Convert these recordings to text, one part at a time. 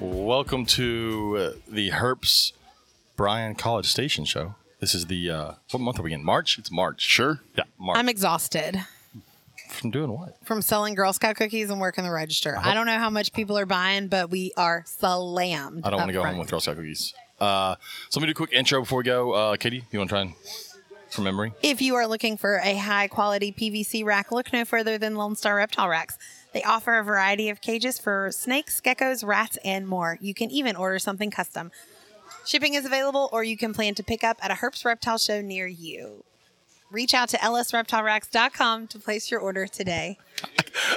Welcome to uh, the Herps Bryan College Station Show. This is the uh, what month are we in? March. It's March. Sure. Yeah, March. I'm exhausted from doing what? from selling Girl Scout cookies and working the register. I don't know how much people are buying, but we are slammed. I don't up want to go front. home with Girl Scout cookies. Uh, so let me do a quick intro before we go. Uh, Katie, you want to try and from memory? If you are looking for a high quality PVC rack, look no further than Lone Star Reptile Racks. They offer a variety of cages for snakes, geckos, rats, and more. You can even order something custom. Shipping is available, or you can plan to pick up at a Herps Reptile Show near you. Reach out to lsreptileracks.com to place your order today.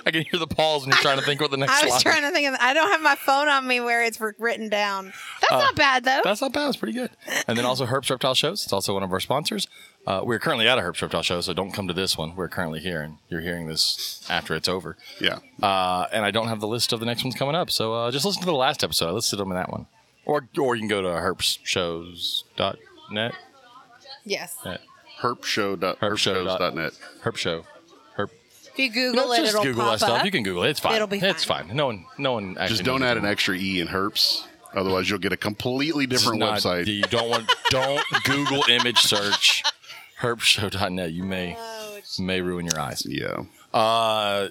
I can hear the pause when you're trying to think what the next I was slide. trying to think of. I don't have my phone on me where it's written down. That's not bad though. Uh, That's not bad. It's pretty good. And then also Herbs Reptile Shows. It's also one of our sponsors. Uh, we're currently at a Herbs Reptile Show, so don't come to this one. We're currently here, and you're hearing this after it's over. Yeah. Uh, and I don't have the list of the next ones coming up, so uh, just listen to the last episode. I listed them in that one. Or or you can go to herpshows.net. Yes. Herpshow.herpshows.net. Herp Show. Herp. If you Google it, just it'll Google pop that stuff. up. You can Google it. It's fine. It'll be It's fine. fine. No one, no one actually. Just don't knows add an anymore. extra E in herps. Otherwise, you'll get a completely This is different not- website. You don't want. Don't Google image search herpshow.net. You may Oh, may ruin your eyes. yeah. Uh,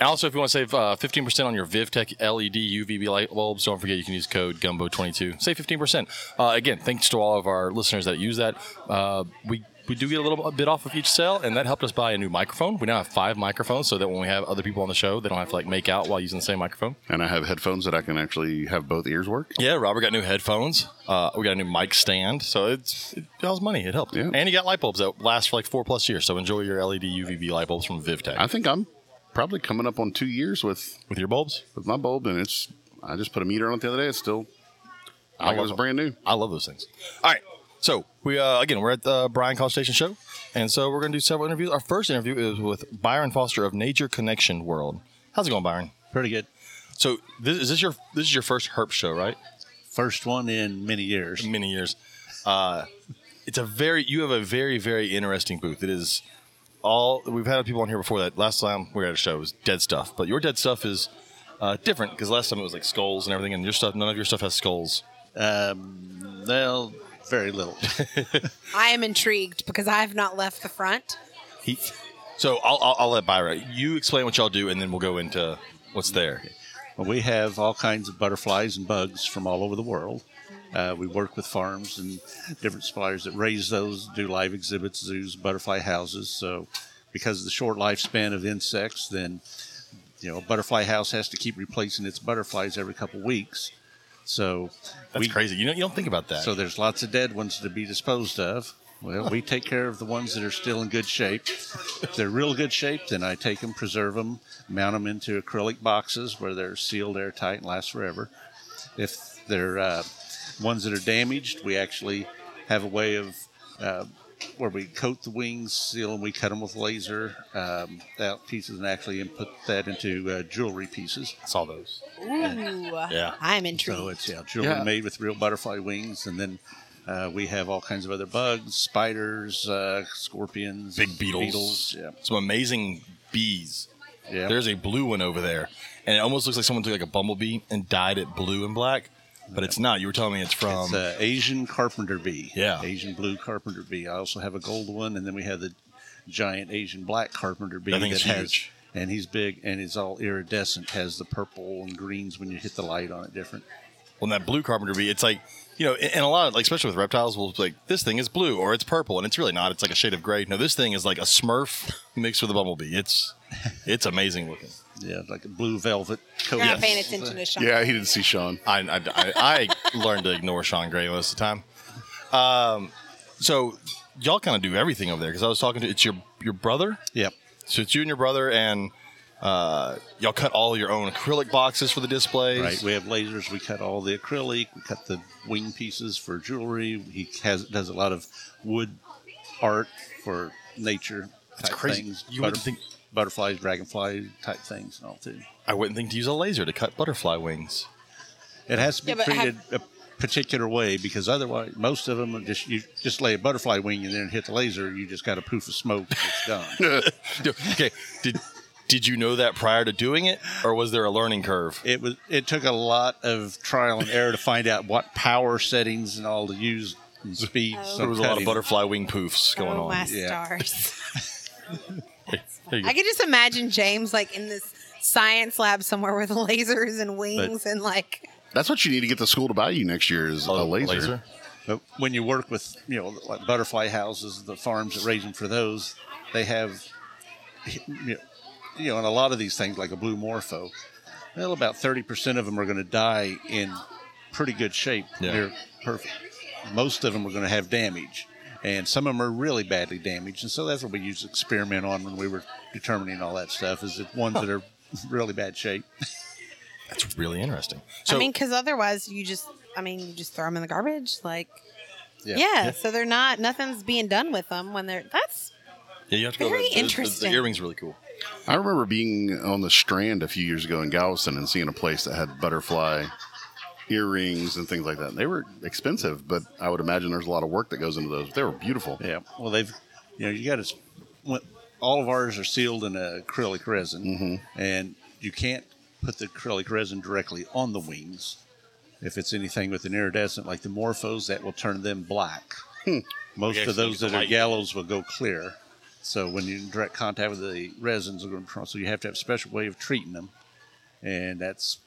and also, if you want to save uh, 15% on your VivTech E LED UVB light bulbs, don't forget you can use code GUMBO22. Save 15%. Uh, again, thanks to all of our listeners that use that. Uh, we we do get a little bit off of each sale, and that helped us buy a new microphone. We now have five microphones, so that when we have other people on the show, they don't have to like make out while using the same microphone. And I have headphones that I can actually have both ears work. Yeah, Robert got new headphones. Uh, we got a new mic stand, so it's it was money. It helped. Yeah. And you got light bulbs that last for like four plus years. So enjoy your E LED UVB light bulbs from VivTech I think I'm probably coming up on two years with, with your bulbs. with my bulb, and it's I just put a meter on it the other day. It's still I like it love was them. brand new. I love those things. All right. So we uh, again we're at the Bryan College Station show, and so we're going to do several interviews. Our first interview is with Byron Foster of Nature Connection World. How's it going, Byron? Pretty good. So this is this your this is your first herp show, right? First one in many years. In many years. Uh, it's a very you have a very very interesting booth. It is all we've had people on here before that. Last time we were at a show it was dead stuff, but your dead stuff is uh, different because last time it was like skulls and everything, and your stuff none of your stuff has skulls. Um, well, very little. I am intrigued because I have not left the front. He, so I'll, I'll, I'll let Byra. You explain what y'all do, and then we'll go into what's there. we have all kinds of butterflies and bugs from all over the world. Uh, we work with farms and different suppliers that raise those, do live exhibits, zoos, butterfly houses. So, because of the short lifespan of insects, then you know a butterfly house has to keep replacing its butterflies every couple weeks. So, That's we, crazy. You don't, you don't think about that. So there's lots of dead ones to be disposed of. Well, we take care of the ones that are still in good shape. If they're real good shape, then I take them, preserve them, mount them into acrylic boxes where they're sealed airtight and last forever. If they're uh, ones that are damaged, we actually have a way of uh, where we coat the wings, seal them, we cut them with laser um, out pieces, and actually put that into uh, jewelry pieces. I saw those. Ooh. Yeah. I am intrigued. So it's yeah, jewelry Yeah. made with real butterfly wings, and then uh, we have all kinds of other bugs, spiders, uh, scorpions, Big beetles. Yeah, Some amazing bees. yeah. There's a blue one over there, and it almost looks like someone took like a bumblebee and dyed it blue and black, but it's not. You were telling me it's from. it's uh, Asian carpenter bee. um, Yeah. Asian blue carpenter bee. I also have a gold one, and then we have the giant Asian black carpenter bee That thing's has. huge. And he's big, and it's all iridescent. Has the purple and greens when you hit the light on it. Different. well, that blue carpenter bee, it's like you know, and a lot of like especially with reptiles, we'll be like this thing is blue or it's purple, and it's really not. It's like a shade of gray. No, this thing is like a Smurf mixed with a bumblebee. It's it's amazing looking. Yeah, like a blue velvet coat. You're not paying attention to Sean. Yeah, he didn't see Sean. I, I, I, I learned to ignore Sean Gray most of the time. Um, so y'all kind of do everything over there because I was talking to it's your your brother. Yep. So it's you and your brother, and uh, y'all cut all your own acrylic boxes for the displays. Right. We have lasers. We cut all the acrylic. We cut the wing pieces for jewelry. He has does a lot of wood art for nature. That's crazy. Things, You wouldn't think- butterflies, dragonfly type things, and all too. I wouldn't think to use a laser to cut butterfly wings. It has to be Yeah, but have- treated uh, particular way because otherwise, most of them are just you just lay a butterfly wing in there and hit the laser. You just got a poof of smoke. And it's done. okay. Did did you know that prior to doing it, or was there a learning curve? it was. It took a lot of trial and error to find out what power settings and all to use and speed. Oh. There was a lot of butterfly. butterfly wing poofs going oh, my on. yeah. stars. There you go. I could just imagine James like in this science lab somewhere with lasers and wings and like That's what you need to get the school to buy you next year is Oh, a laser. But when you work with, you know, like butterfly houses, the farms that raise them for those, they have, you know, you know, and a lot of these things, like a blue morpho, well, about 30% of them are going to die in pretty good shape. Yeah. They're perfect. Most of them are going to have damage. And some of them are really badly damaged. And so that's what we used to experiment on when we were determining all that stuff is the ones that are really bad shape. That's really interesting. So I mean cuz otherwise you just I mean you just throw them in the garbage like yeah. so they're not nothing's being done with them when they're that's yeah, you have to go. very the- the- interesting. The earrings really cool. I remember being on the Strand a few years ago in Galveston and seeing a place that had butterfly earrings and things like that. They were expensive, but I would imagine there's a lot of work that goes into those. They were beautiful. Yeah. Well, they've, you know, you got to, all of ours are sealed in acrylic resin, Mm-hmm. and you can't put the acrylic resin directly on the wings. If it's anything with an iridescent, like the morphos, that will turn them black. Hmm. Most Okay, of so you get those that the are light. gallows will go clear. So when you're in direct contact with the resins, they're going to so you have to have a special way of treating them, and that's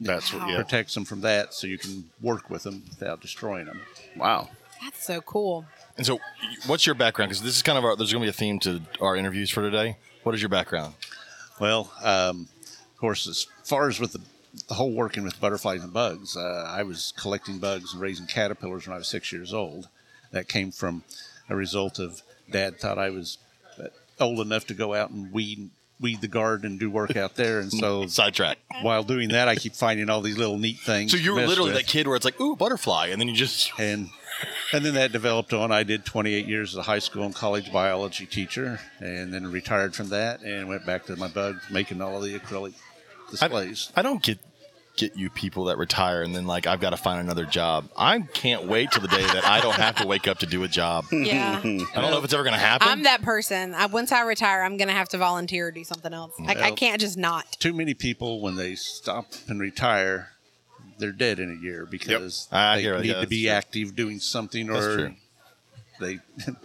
That's what, yeah. protects them from that, so you can work with them without destroying them. Wow. that's so cool. And so, what's your background? Because this is kind of our. There's going to be a theme to our interviews for today. What is your background? Well, um, of course, as far as with the, the whole working with butterflies and bugs, uh, I was collecting bugs and raising caterpillars when I was six years old. That came from a result of Dad thought I was uh, old enough to go out and weed weed the garden and do work out there, and so Sidetrack. while doing that, I keep finding all these little neat things. So you were are literally that kid where it's like, ooh, butterfly, and then you just and and then that developed on. I did 28 years as a high school and college biology teacher, and then retired from that and went back to my bug making all of the acrylic displays. I don't get get you people that retire and then like I've got to find another job. I can't wait till the day that I don't have to wake up to do a job. Mm-hmm. I Yeah. don't know if it's ever going to happen. I'm that person. I, once I retire, I'm going to have to volunteer or do something else. Like I Well- can't just not. Too many people when they stop and retire, they're dead in a year because I they hear it. need Yeah, to that's be true. active doing something That's or true. they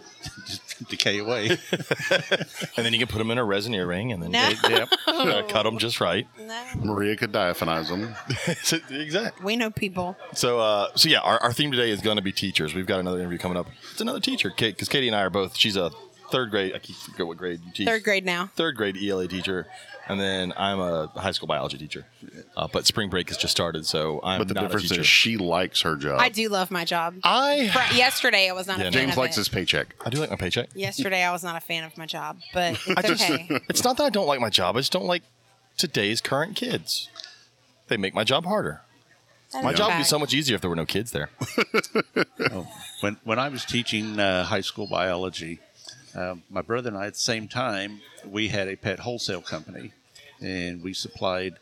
just decay away. and then you can put them in a resin earring and then No. yep, cut them just right. No. Maria could diaphanize them. exactly. We know people. So, uh, so yeah, our, our theme today is going to be teachers. We've got another interview coming up. It's another teacher, Kate, because Katie and I are both. She's a third grade. I keep forget what grade you teach. Third grade now. Third grade ELA teacher, and then I'm a high school biology teacher. Uh, but spring break has just started, so I'm But the not a difference teacher. is she likes her job. I do love my job. I Fri- Yesterday, I was not Uh, Yeah, a fan James James of likes it. his paycheck. I do like my paycheck. Yesterday, I was not a fan of my job, but it's I just okay. it's not that I don't like my job. I just don't like today's current kids. They make my job harder. That My is job would be fact. so much easier if there were no kids there. Oh, when when I was teaching uh, high school biology, um, my brother and I at the same time we had a pet wholesale company, and we supplied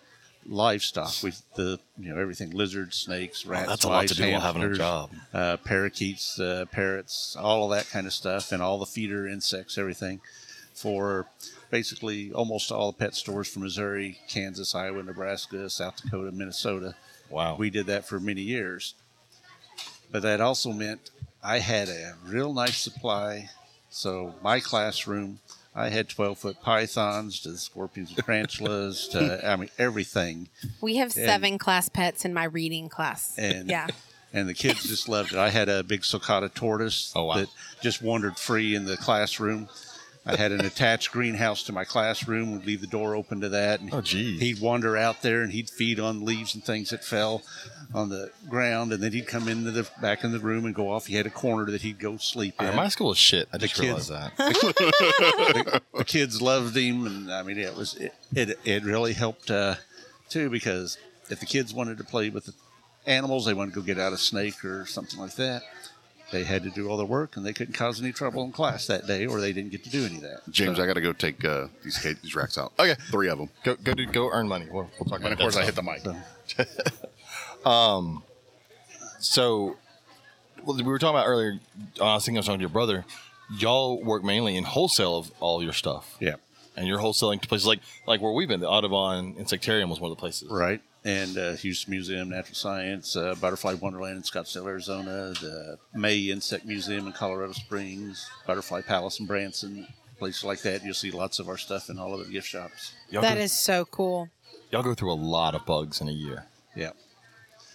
livestock with the you know everything lizards, snakes, rats, that's a lot mice, to do while having a hamsters, job. uh, parakeets, uh, parrots, all of that kind of stuff, and all the feeder insects, everything for basically almost all the pet stores from Missouri, Kansas, Iowa, Nebraska, South Dakota, Minnesota. Wow. We did that for many years. But that also meant I had a real nice supply. So my classroom, I had 12 foot pythons to the scorpions and tarantulas to, I mean, everything. We have seven class pets in my reading class. And, yeah. And the kids just loved it. I had a big cicada tortoise Oh, wow. that just wandered free in the classroom. I had an attached greenhouse to my classroom. We'd leave the door open to that. And Oh, geez. He'd wander out there and he'd feed on leaves and things that fell on the ground. And then he'd come into the back in the room and go off. He had a corner that he'd go sleep in. Uh, My school is shit. I The just realized kids- that. the kids loved him, and I mean, it was it it, it really helped uh, too because if the kids wanted to play with the animals, they wanted to go get out a snake or something like that. They had to do all their work, and they couldn't cause any trouble in class that day, or they didn't get to do any of that. James, I got to go take uh, these, ca- these racks out. Okay. Three of them. Go, go, do, go earn money. We'll, we'll talk about And of course, I hit the mic. So, so well, we were talking about earlier. uh, I was thinking I was talking to your brother. Y'all work mainly in wholesale of all your stuff, Yeah. and you're wholesaling to places like like where we've been. The Audubon Insectarium was one of the places. Right. And uh, Houston Museum, Natural Science, uh, Butterfly Wonderland in Scottsdale, Arizona, the May Insect Museum in Colorado Springs, Butterfly Palace in Branson, places like that. You'll see lots of our stuff in all of the gift shops. Y'all That go, is so cool. y'all go through a lot of bugs in a year. Yeah.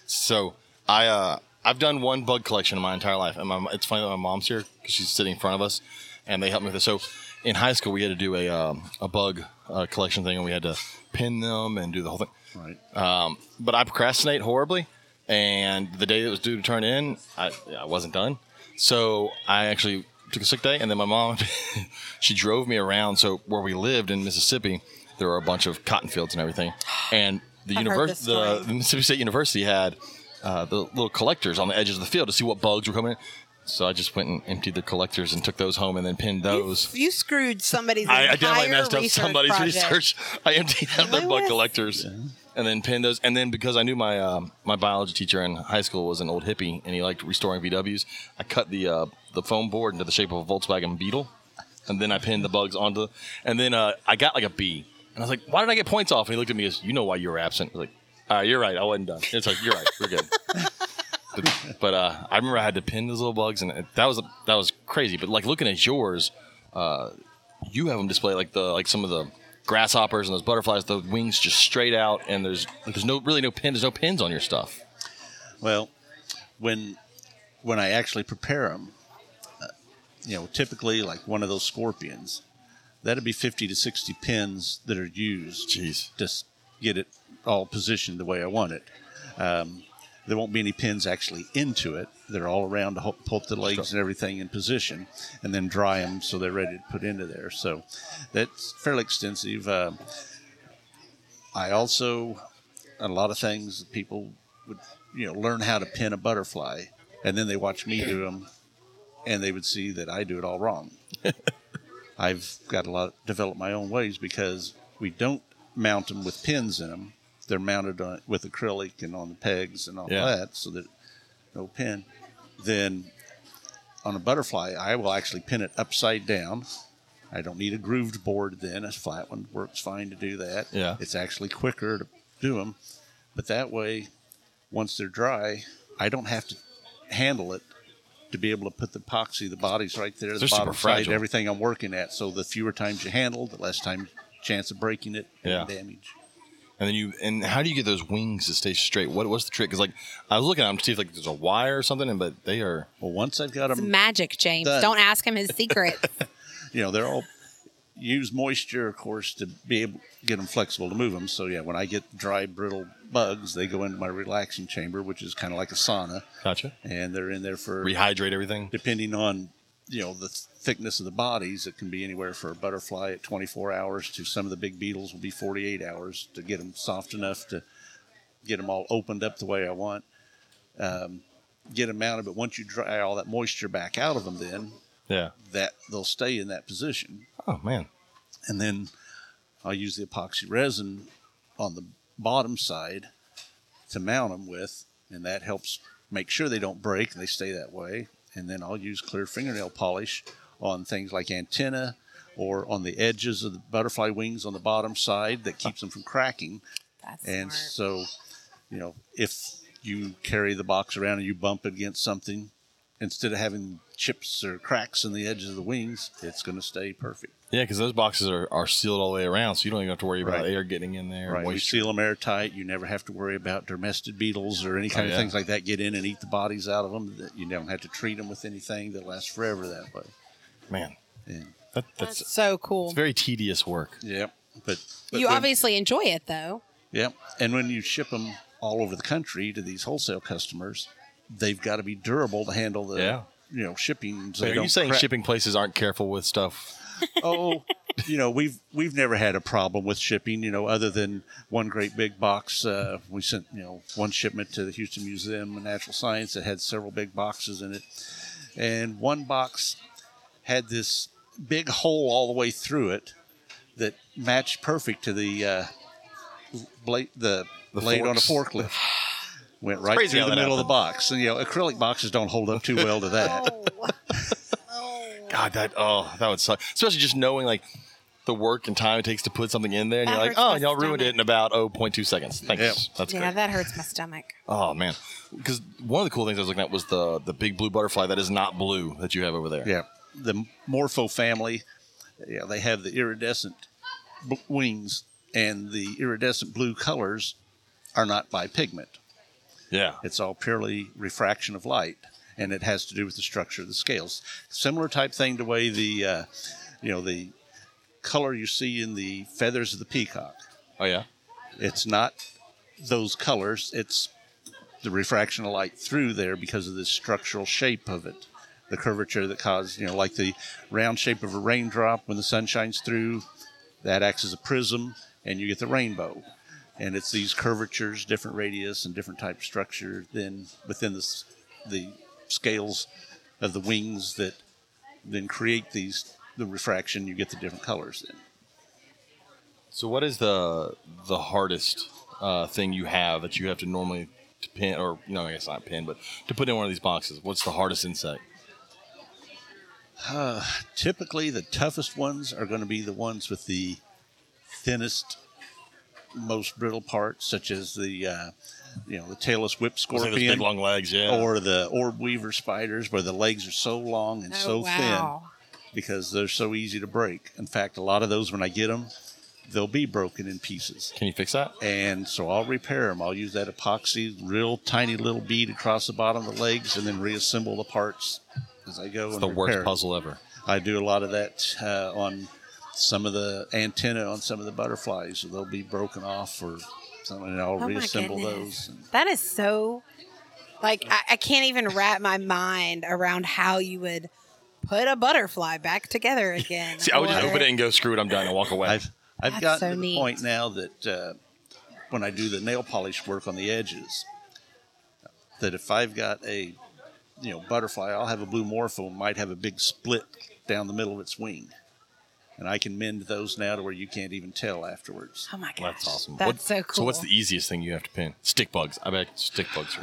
So I uh, I've done one bug collection in my entire life, and my, it's funny that my mom's here because she's sitting in front of us, and they helped me with this. So in high school, we had to do a um, a bug uh, collection thing, and we had to pin them and do the whole thing. Right. Um, but I procrastinate horribly, and the day it was due to turn in, I, I wasn't done. So I actually took a sick day, and then my mom, she drove me around. So where we lived in Mississippi, there were a bunch of cotton fields and everything, and the I've heard university, this the, story. the Mississippi State University had uh, the little collectors on the edges of the field to see what bugs were coming in. So I just went and emptied the collectors and took those home, and then pinned those. You screwed somebody's I, I entire definitely messed up research somebody's project. research. I emptied out their bug Lewis. collectors and then pinned those. And then because I knew my um, my biology teacher in high school was an old hippie and he liked restoring VWs, I cut the uh, the foam board into the shape of a Volkswagen Beetle, and then I pinned the bugs onto. And then uh, I got like a B, and I was like, "Why did I get points off?" And he looked at me as, "You know why you were absent." I was like, uh, "You're right. I wasn't done." It's like, "You're right. We're good." But, but, uh, I remember I had to pin those little bugs, and it- that was that was crazy. But like looking at yours, you have them display like the like some of the grasshoppers and those butterflies the wings just straight out and there's there's no really no pin there's no pins on your stuff Well, when when I actually prepare them, uh, you know, typically like one of those scorpions, that'd be 50 to 60 pins that are used jeez to s- get it all positioned the way I want it. Um, there won't be any pins actually into it. They're all around to help put the legs and everything in position, and then dry them so they're ready to put into there. So that's fairly extensive. Um I also a lot of things that people would you know learn how to pin a butterfly, and then they watch me do them, and they would see that I do it all wrong. I've got a lot developed my own ways because we don't mount them with pins in them. They're mounted on, with acrylic and on the pegs and all Yeah. that, so that no pin. Then on a butterfly, I will actually pin it upside down. I don't need a grooved board then. A flat one works fine to do that. Yeah. It's actually quicker to do them. But that way, once they're dry, I don't have to handle it to be able to put the epoxy, the bodies right there, the They're super bottom side, fragile. everything I'm working at. So the fewer times you handle, the less time chance of breaking it Yeah. and damage. and then you and how do you get those wings to stay straight what what's the trick because like i was looking at them to see if like there's a wire or something and but they are Well, once I've got It's them, magic, James. Done. Don't ask him his secret. you know, they're all use moisture, of course, to be able get them flexible to move them. So yeah, when I get dry, brittle bugs, they go into my relaxing chamber, which is kind of like a sauna, gotcha and they're in there for rehydrate everything depending on you know the th- thickness of the bodies it can be anywhere for a butterfly at 24 hours to some of the big beetles will be 48 hours to get them soft enough to get them all opened up the way i want um, get them mounted but once you dry all that moisture back out of them then yeah that they'll stay in that position oh man and then I'll use the epoxy resin on the bottom side to mount them with, and that helps make sure they don't break and they stay that way. And then I'll use clear fingernail polish on things like antenna or on the edges of the butterfly wings on the bottom side that keeps them from cracking. That's And smart. so, you know, if you carry the box around and you bump against something, instead of having chips or cracks in the edges of the wings, it's going to stay perfect. yeah because those boxes are, are sealed all the way around so you don't even have to worry about Right. air getting in there Right. We moisture. seal them airtight. You never have to worry about domestic beetles or any kind Oh, yeah. of things like that get in and eat the bodies out of them. That You don't have to treat them with anything that lasts forever that way. man And, that, that's, That's so cool. it's very tedious work yeah. But, but You when- obviously enjoy it, though. Yeah. And when you ship them all over the country to these wholesale customers, they've got to be durable to handle the, Yeah. you know, shipping. So Wait, they are you don't saying crack. shipping places aren't careful with stuff oh, you know, we've we've never had a problem with shipping. You know, other than one great big box, uh, we sent you know one shipment to the Houston Museum of Natural Science that had several big boxes in it, and one box had this big hole all the way through it that matched perfect to the uh, blade the, The blade forks. on a forklift. went right crazy through how the that middle of the happened. box. And, you know, acrylic boxes don't hold up too well to that. Oh. God, that oh, that would suck. Especially just knowing like the work and time it takes to put something in there, and That you're like, hurts oh, my y'all ruined it stomach. in about 0.2 seconds. Thanks. Yeah. That's yeah, great. that hurts my stomach. oh man, because one of the cool things I was looking at was the the big blue butterfly that is not blue that you have over there. Yeah, the Morpho family. Yeah, they have the iridescent b- wings, and the iridescent blue colors are not by pigment. yeah. It's all purely refraction of light, and it has to do with the structure of the scales. Similar type thing to way the, uh, you know, the color you see in the feathers of the peacock. Oh yeah. It's not those colors. It's the refraction of light through there because of the structural shape of it, the curvature that caused, you know, like the round shape of a raindrop when the sun shines through, that acts as a prism, and you get the rainbow. And it's these curvatures, different radius, and different type of structure then within the, s- the scales of the wings that then create these the refraction. You get the different colors then. So what is the the hardest uh, thing you have that you have to normally to pin or no, I guess not pin, but to put in one of these boxes? What's the hardest insect? typically the toughest ones are going to be the ones with the thinnest, most brittle parts, such as the uh, you know the tailless whip Those scorpion big long legs, yeah. or the orb weaver spiders, where the legs are so long and Oh, so wow. thin because they're so easy to break. In fact, a lot of those when I get them, they'll be broken in pieces. Can you fix that? And so I'll repair them. I'll use that epoxy, real tiny little bead across the bottom of the legs, and then reassemble the parts as I go. and The worst repair 'em. puzzle ever. I do a lot of that uh, on some of the antenna on some of the butterflies. They'll be broken off or something, and I'll Oh my reassemble goodness. those. That is so. Like I, I can't even wrap my mind around how you would put a butterfly back together again. See, I would just Or- open it and go, screw it, I'm done, and walk away. I've I've That's gotten so to the neat. point now that uh, when I do the nail polish work on the edges, that if I've got a you know butterfly, I'll have a blue morpho might have a big split down the middle of its wing, and I can mend those now to where you can't even tell afterwards. Oh my gosh, That's awesome. That's What- so cool. So, what's the easiest thing you have to pin? Stick bugs. I bet stick bugs are.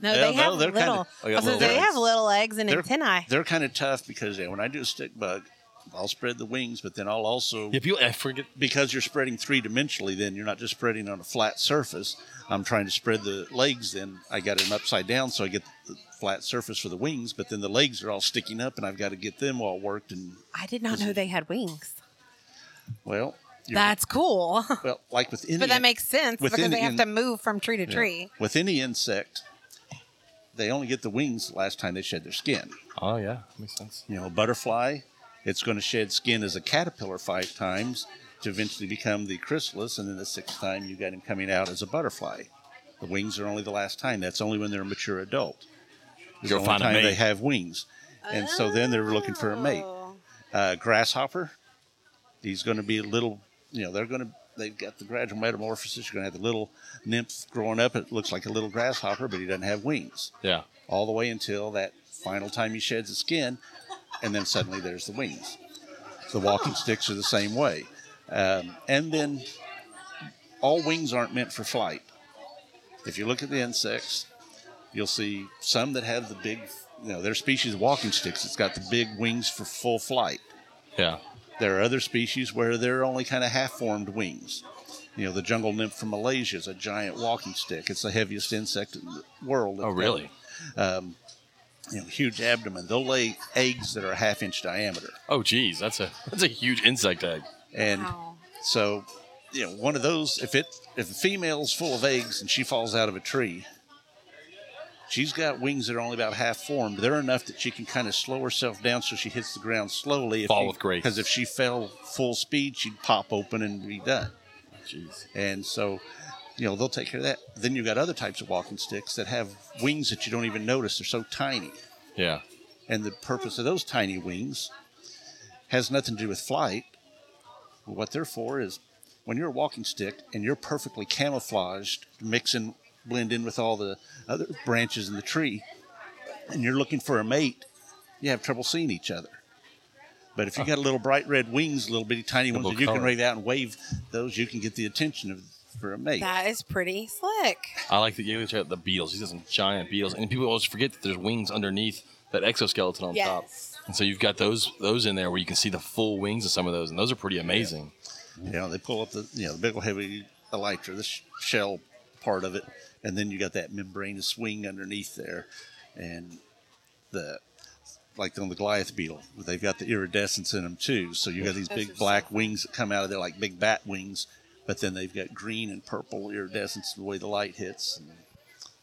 No, Yeah, they no, have they're little. kinda- I got Also, little they legs. have little eggs and they're, antennae. They're kind of tough because yeah, when I do a stick bug, I'll spread the wings, but then I'll also Yeah, people, I forget. because you're spreading three dimensionally. Then you're not just spreading on a flat surface. I'm trying to spread the legs. Then I got them upside down, so I get the flat surface for the wings. But then the legs are all sticking up, and I've got to get them all worked. And I did not know they had wings. well, you're- That's cool. well, like with any But that makes sense because within they have in- to move from tree to yeah, tree. with any insect, they only get the wings the last time they shed their skin. Oh, yeah. Makes sense. you know, butterfly, it's going to shed skin as a caterpillar five times to eventually become the chrysalis, and then the sixth time you got him coming out as a butterfly. The wings are only the last time. That's only when they're a mature adult. It's You'll the find only a time mate. they have wings, and so then they're looking for a mate. Oh. Uh, grasshopper, he's going to be a little, you know, they're going to. They've got the gradual metamorphosis. You're going to have the little nymph growing up. It looks like a little grasshopper, but he doesn't have wings Yeah. all the way until that final time he sheds his skin, and then suddenly there's the wings. The walking sticks are the same way. Um, and then all wings aren't meant for flight. If you look at the insects, you'll see some that have the big, you know, their species of walking sticks, it's got the big wings for full flight. Yeah. There are other species where they're only kind of half formed wings. You know, the jungle nymph from Malaysia is a giant walking stick. It's the heaviest insect in the world. Oh, really? You know, huge abdomen. They'll lay eggs that are a half inch diameter. Oh, geez. That's a that's a huge insect egg. And Wow. so, you know, one of those, if it if a female's full of eggs and she falls out of a tree, she's got wings that are only about half formed. They're enough that she can kind of slow herself down so she hits the ground slowly. If Fall with grace. Because if she fell full speed, she'd pop open and be done. Jeez. And so, you know, they'll take care of that. Then you've got other types of walking sticks that have wings that you don't even notice. They're so tiny. Yeah. And the purpose of those tiny wings has nothing to do with flight. What they're for is when you're a walking stick and you're perfectly camouflaged, mix and blend in with all the other branches in the tree, and you're looking for a mate, you have trouble seeing each other. But if you got a little bright red wings, little bitty tiny ones Double that you can color. rate out and wave those, you can get the attention of for a mate. That is pretty slick. I like that Yaley's got the beetles. He's got some giant beetles, and people always forget that there's wings underneath that exoskeleton on top. Yes. And so you've got those those in there where you can see the full wings of some of those, and those are pretty amazing. You know, they pull up the you know the big old heavy elytra, the sh- shell part of it, and then you got that membranous wing underneath there, and the like on the Goliath beetle, they've got the iridescence in them too. So you got these Those are big so black wings that come out of there like big bat wings, but then they've got green and purple iridescence the way the light hits. And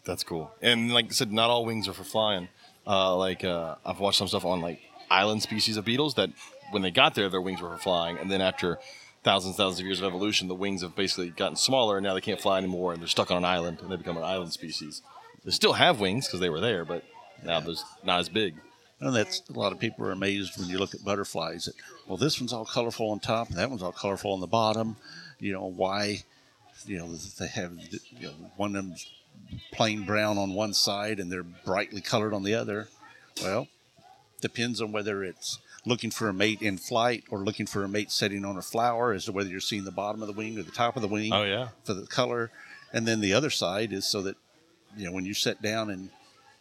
That's cool. And like I said, not all wings are for flying. Uh, like uh, I've watched some stuff on like island species of beetles that when they got there, their wings were for flying, and then after thousands thousands of years of evolution, the wings have basically gotten smaller, and now they can't fly anymore, and they're stuck on an island, and they become an island species. They still have wings because they were there, but now there's not as big. And that's a lot of people are amazed when you look at butterflies. That well, this one's all colorful on top, and that one's all colorful on the bottom. You know why? You know they have you know, one of them plain brown on one side, and they're brightly colored on the other. Well, depends on whether it's looking for a mate in flight or looking for a mate sitting on a flower, as to whether you're seeing the bottom of the wing or the top of the wing Oh, yeah. for the color. And then the other side is so that you know when you sit down and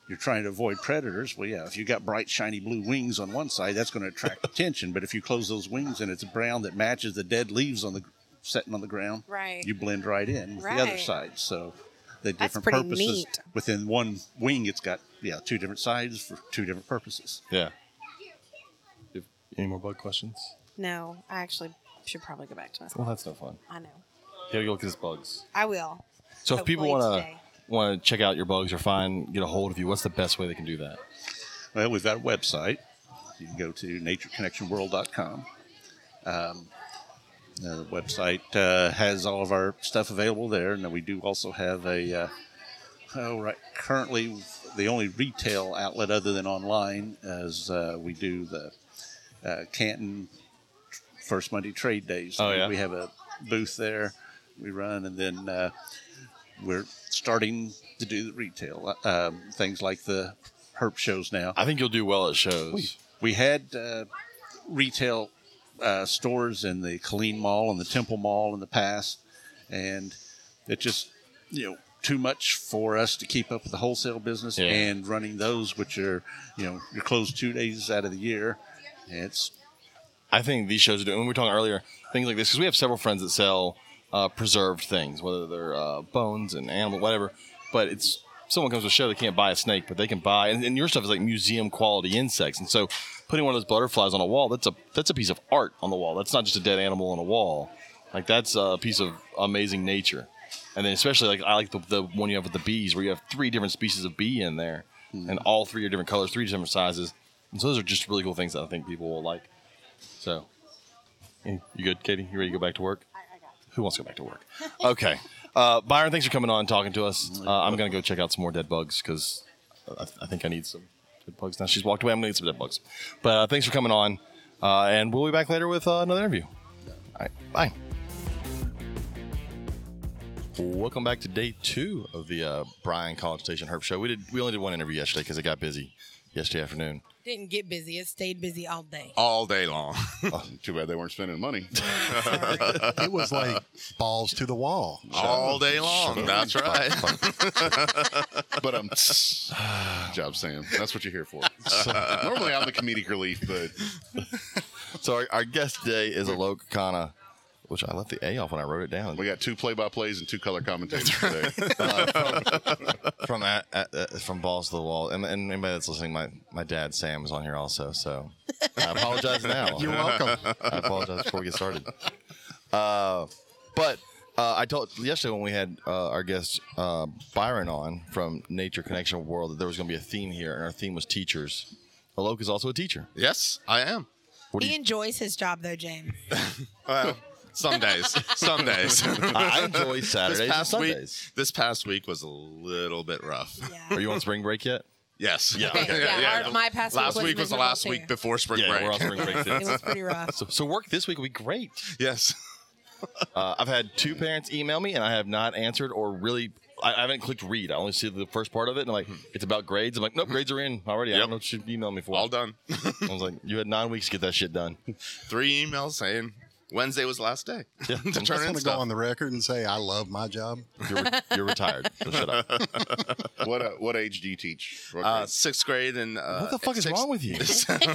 you're trying to avoid predators. Well, yeah, if you got bright, shiny blue wings on one side, that's going to attract attention. But if you close those wings and it's brown that matches the dead leaves on the setting on the ground, Right. you blend right in with the other Right. side. So the That's different pretty purposes neat. within one wing, it's got yeah two different sides for two different purposes. Yeah. If, any more bug questions? No, I actually should probably go back to my Well, that's no fun. I know. Here we go look at his bugs. I will. So if people Hopefully want to today. want to check out your bugs or find get a hold of you, what's the best way they can do that? Well, we've got a website. You can go to natureconnectionworld.com. Um, uh, Um, the website uh, has all of our stuff available there, and then we do also have a. Uh, oh, right. Currently, the only retail outlet other than online is uh, we do the uh, Canton First Monday Trade Days. Oh, yeah. We have a booth there. We run, and then uh, we're starting to do the retail um, things like the herp shows now. I think you'll do well at shows. We had uh, retail uh, stores in the Colleen Mall and the Temple Mall in the past, and it just you know too much for us to keep up with the wholesale business Yeah. and running those, which are you know you're closed two days out of the year. It's I think these shows are doing. When we were talking earlier, things like this because we have several friends that sell uh, preserved things, whether they're uh, bones and animal, whatever. But it's someone comes to a show, they can't buy a snake, but they can buy. And, and your stuff is like museum quality insects, and so putting one of those butterflies on a wall that's a that's a piece of art on the wall. That's not just a dead animal on a wall. Like that's a piece of amazing nature. And then especially like I like the, the one you have with the bees, where you have three different species of bee in there, and all three are different colors, three different sizes. And so those are just really cool things that I think people will like. So, you you good, Katie? You ready to go back to work? Who wants to go back to work? Okay. Uh, Byron, thanks for coming on and talking to us. Uh, I'm going to go check out some more dead bugs because I, I think I need some dead bugs now. She's walked away. I'm going to need some dead bugs. But uh, thanks for coming on. Uh, and we'll be back later with uh, another interview. All right. Bye. Welcome back to day two of the uh, Bryan College Station Herb Show. We did we only did one interview yesterday because it got busy yesterday afternoon. Didn't get busy. It stayed busy all day. all day long. Too bad they weren't spending money. it was like balls to the wall. all day long. That's right. but um, job Sam. That's what you're here for. Normally I'm the comedic relief, but So our, our guest today is Alok Khanna, which I left the A off when I wrote it down. we got two play-by-plays and two color commentators today. from at, at, uh, from balls to the wall, and, and anybody that's listening, my, my dad Sam is on here also. So I apologize now. You're welcome. I apologize before we get started. Uh, but uh, I told yesterday when we had uh, our guest uh, Byron on from Nature Connection World that there was going to be a theme here, and our theme was teachers. Alok is also a teacher. yes, I am. What do He you? enjoys his job though, James. Well, some days. Some days. I I enjoy Saturdays this and past week, Sundays. this past week was a little bit rough. Yeah. Are you on spring break yet? Yes. Yeah. Okay, yeah, our- my past week last was week was the miserable last too. week before spring yeah, break. we're on spring break. too. It was pretty rough. So, so work this week will be great. yes. Uh, I've had two parents email me, and I have not answered or really. I I haven't clicked read. I only see the first part of it, and I'm like, it's about grades. I'm like, nope, grades are in already. I Yep. don't know what you emailed me for. All done. I was like, you had nine weeks to get that shit done. Three emails saying Wednesday was the last day Yeah. to I I just turn in want to go stuff. on the record and say I love my job. You're, re- you're retired. So shut up. What uh, what age do you teach? What uh, grade? sixth grade and uh, What the fuck is sixth- wrong with you?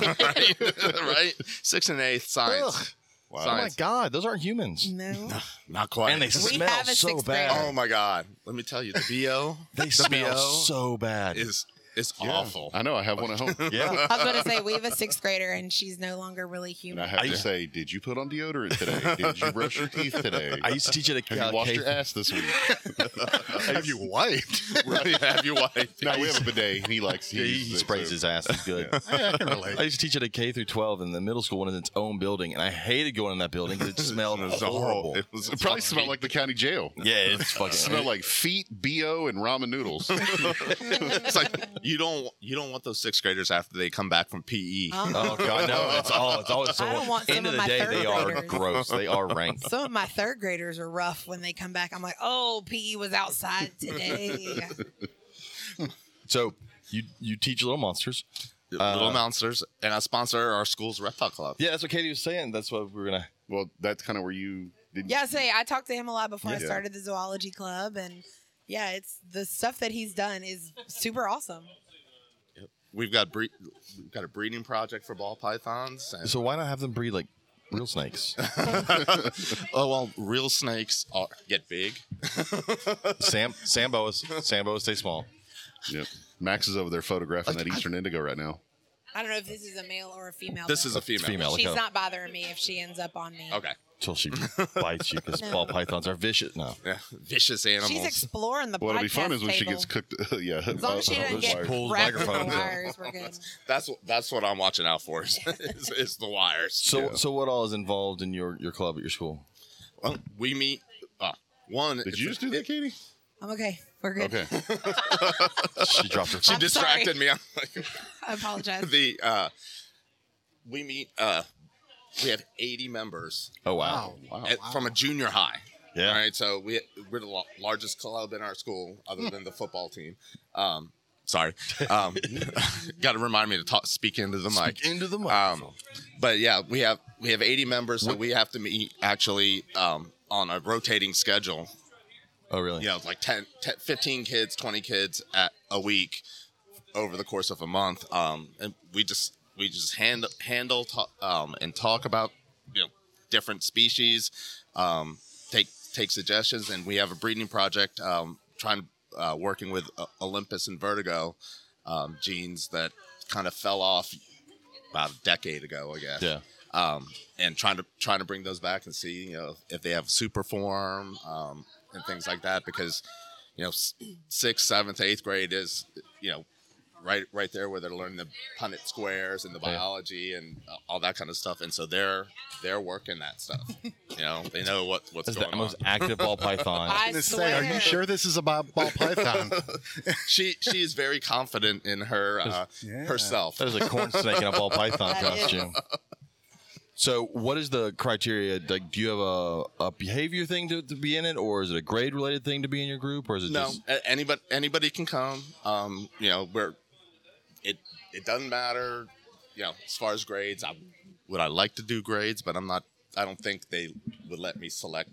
right? right? Sixth and eighth science. Ugh. Wow. Oh my god, those aren't humans. No. Not quite. And they smell have a so sixth bad. oh my god! Let me tell you, the bo They the smell BO so bad. is is Yeah. awful. I know. I have one at home. yeah. I was going to say, we have a sixth grader and she's no longer really And human. I have to say, did you put on deodorant today? Did you brush your teeth today? I used to teach it have at you washed K your ass this week? have you wiped? Right? Have your wife. no, we have a bidet. and He likes. He, he uses it, sprays so- his ass. He's good. Hey, I can relate. I used to teach it at K through 12, and the middle school one is its own building, and I hated going in that building because it smelled horrible. It was It probably smelled like the county jail. Yeah, it's fucking. Smelled like feet, bo, and ramen noodles. it's like you don't you don't want those sixth graders after they come back from E. PE. Oh god, no! It's all. It's always so. I don't want some End of of the my day, third they are graders. gross. They are rank. Some of my third graders are rough when they come back. I'm like, oh, PE was outside today. So you you teach little monsters. Uh, Little Monsters and I sponsor our school's reptile club. Yeah, that's what Katie was saying. That's what we're gonna. well, that's kind of where you. Did, yeah, I say I talked to him a lot before I Yeah. started the zoology club, and yeah, it's the stuff that he's done is super awesome. We've got bre- we've got a breeding project for ball pythons. And, So why not have them breed like real snakes? oh well, real snakes are, get big. Sam Samboas Samboas stay small. Yep. Max is over there photographing that Eastern Indigo right now. I don't know if this is a male or a female. This though. is a female. female. She's Okay. not bothering me if she ends up on me. Okay. Till she bites you because ball pythons are vicious. No, Yeah. Vicious animals. She's exploring the What'll podcast be fun is when she table. gets cooked. yeah. Oh, As long as she doesn't get pulls wrapped in the microphones out. wires, we're good. that's what that's what I'm watching out for. Is, is, is the wires. So so what all is involved in your your club at your school? Well, Um, we meet. Uh, one. Did you just do that, Katie? I'm okay. We're good. Okay. She dropped her. She I'm distracted sorry. me. I'm like, I apologize. the uh, we meet. Uh, we have 80 members Oh Wow. wow. Wow. at- wow. from a junior high. Yeah. All right. So we we're the la- largest club in our school, Hmm. other than the football team. Um, sorry. Um, Got to remind me to talk, speak into the mic. Into the Um, but yeah, we have we have 80 members, so we have to meet actually um, on a rotating schedule. oh really? You know, like 10, 10 15 kids, 20 kids at a week over the course of a month. Um, and we just we just hand, handle ta- um, and talk about you know different species, um, take take suggestions, and we have a breeding project um, trying uh, working with uh, Olympus and Vertigo um, genes that kind of fell off about a decade ago, I guess Yeah. um, and trying to trying to bring those back and see you know if they have super form um, and things like that because you know s- sixth, seventh, eighth grade is you know right right there where they're learning the Punnett squares and the biology and uh, all that kind of stuff and so they're they're working that stuff you know they know what what's That's going the on. most active ball python. I Gonna say, swear. are you sure this is about ball python? She she is very confident in her uh, Yeah. herself. There's a corn snake in a ball python That is- costume. So, what is the criteria? Like, do you have a, a behavior thing to, to be in it, or is it a grade related thing to be in your group, or is it No, just a- anybody anybody can come. Um, you know, where it it doesn't matter. You know, as far as grades, I would I like to do grades, but I'm not. I don't think they would let me select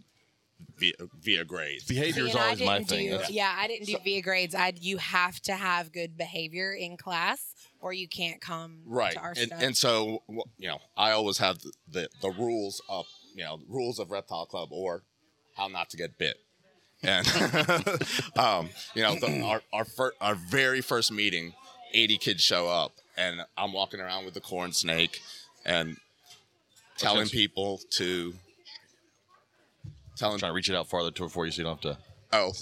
via via grades. behavior is See, and I always my didn't thing? do- That's- yeah, I didn't do via grades. I you have to have good behavior in class, or you can't come right to our and, stuff. and so w- you know i always have the, the the rules up you know rules of reptile club or how not to get bit and um you know the, our our, fir- our very first meeting 80 kids show up and i'm walking around with the corn snake and telling people to telling trying to reach it out farther to before you, so you don't have to. oh,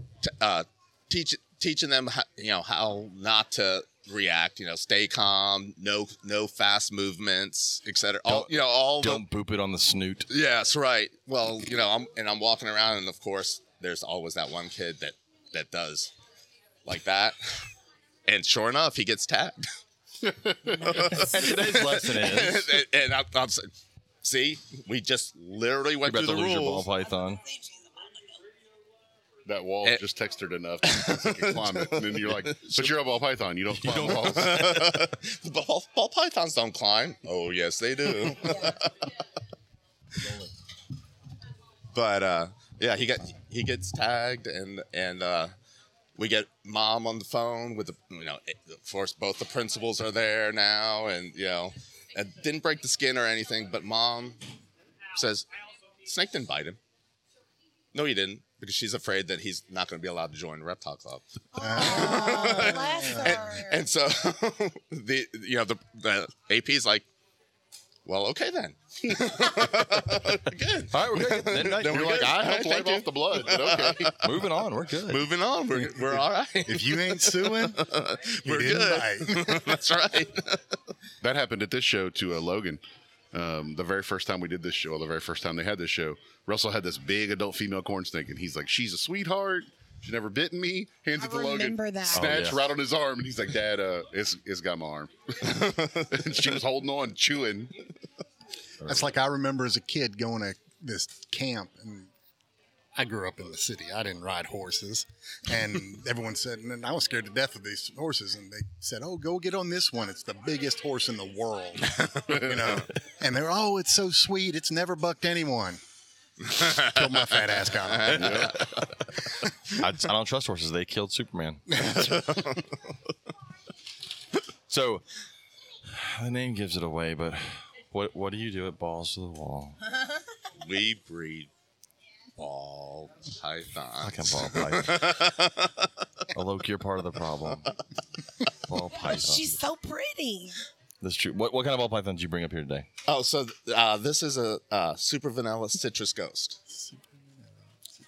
t- uh, teach, teaching them how, you know how not to react. You know, stay calm, no no fast movements, etc. All Don't- you know, all the- Don't boop it on the snoot. yes, right. Well, you know, I'm and I'm walking around, and of course, there's always that one kid that that does like that, and sure enough, he gets tagged. And today's lesson is and and I'm, I'm s- see, we just literally you're went about through to the lose your ball rules. python. That wall It- just textured enough to can climb it. And then you're like, but you're a ball python. You don't climb walls. ball, ball pythons don't climb. Oh yes, they do. but uh, yeah, he got he gets tagged and and uh, we get mom on the phone with the you know it- of course both the principals are there now and you know it didn't break the skin or anything, but mom says snake didn't bite him. No, he didn't because she's afraid that he's not going to be allowed to join the reptile club. Bless her. And so the you know the the AP's like, well, okay then. Good. All right, we're good. Then, Then you're we're like, good. I All right, helped thank wipe you. off the blood. but okay, moving on. We're good. Moving on, we're we're all right. If you ain't suing, We're didn't good. That's right. that happened at this show to uh, Logan. Um, the very first time we did this show, or the very first time they had this show, Russell had this big adult female corn snake, and he's like, "She's a sweetheart. She never bitten me." Hands I it to Logan. remember that. Snatch Oh, yeah. right on his arm, and he's like, "Dad, uh, it's it's got my arm." and she was holding on, chewing. That's like I remember as a kid going to this camp, and I grew up in the city. I didn't ride horses, and everyone said, and I was scared to death of these horses, and they said, "Oh, go get on this one. It's the biggest horse in the world," you know. And they're, "Oh, it's so sweet. It's never bucked anyone." Killed my fat ass got on it. I, I don't trust horses. They killed Superman. so the name gives it away, but what what do you do at balls to the wall? We breed ball pythons. Fucking ball python. Alok, you're part of the problem. Ball python. She's so pretty. That's true. What what kind of ball python did you bring up here today? Oh, so uh, this is a uh, super vanilla citrus ghost.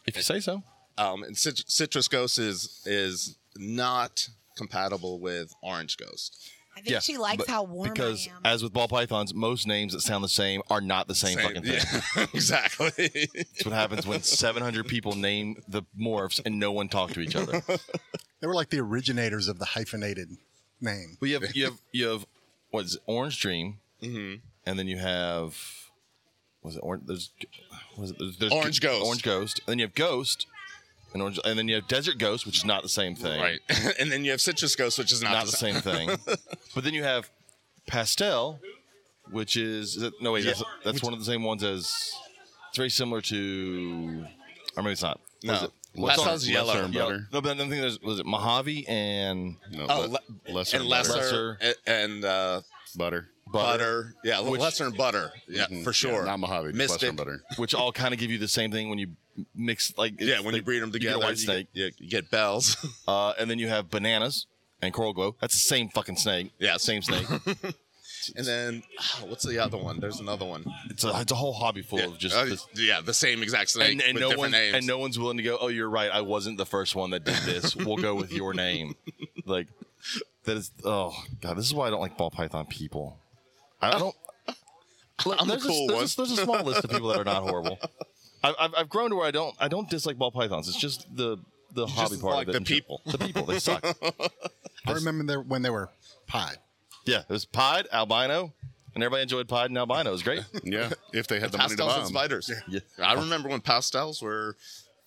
If you say so. Um, and cit- citrus ghost is is not compatible with orange ghost. I think she likes but- how warm Because I am. as with ball pythons, most names that sound the same are not the same, fucking thing. yeah, exactly. It's what happens when 700 people name the morphs and no one talked to each other. They were like the originators of the hyphenated name. Well, you have you have you have what is it, Orange Dream, Mm-hmm. and then you have was it Orange? There's, was it, there's, there's Orange Ghost. Orange Ghost, and then you have Ghost, and Orange, and then you have Desert Ghost, which is not the same thing, right. and then you have citrus ghost, which is not, Not the same thing. but then you have Pastel, which is, is it, no wait, that's, that's one of the same ones as it's very similar to, or maybe it's not. What is No. it? What's Pastel's on- yellow. lesser- Yellow. No, but I think there's was it Mojave and No, Oh, le- le- lesser, And lesser, Lesser. a- and uh, butter, Mm-hmm. butter. Yeah, Which- Mm-hmm. lesser and butter. Yeah, for sure. not Mojave, just Mystic. lesser and butter. which all kind of give you the same thing when you mix like Yeah, it's when the- you breed them get together, a white snake, You, get, you get bells. uh, and then you have bananas and coral glow. That's the same fucking snake. Yeah. same snake. and then oh, what's the other one? There's another one. it's a it's a whole hobby full of just. Uh, this, yeah, the same exact snake and, and with no different one names. and no one's willing to go. Oh, you're right. I wasn't the first one that did this. we'll go with your name. Like that is. Oh god, this is why I don't like ball python people. I don't. I'm the there's cool a, one. there's a- there's a small list of people that are not horrible. I've, I've, I've grown to where I don't I don't dislike ball pythons. It's just the the hobby just part like of it. the and shit. people. the people, they suck. I remember there when they were pied. Yeah, it was Pied, Albino, and everybody enjoyed Pied and Albino. It was great. Yeah, if they had the money to Pastels buy and 'em. spiders. Yeah. I remember when pastels were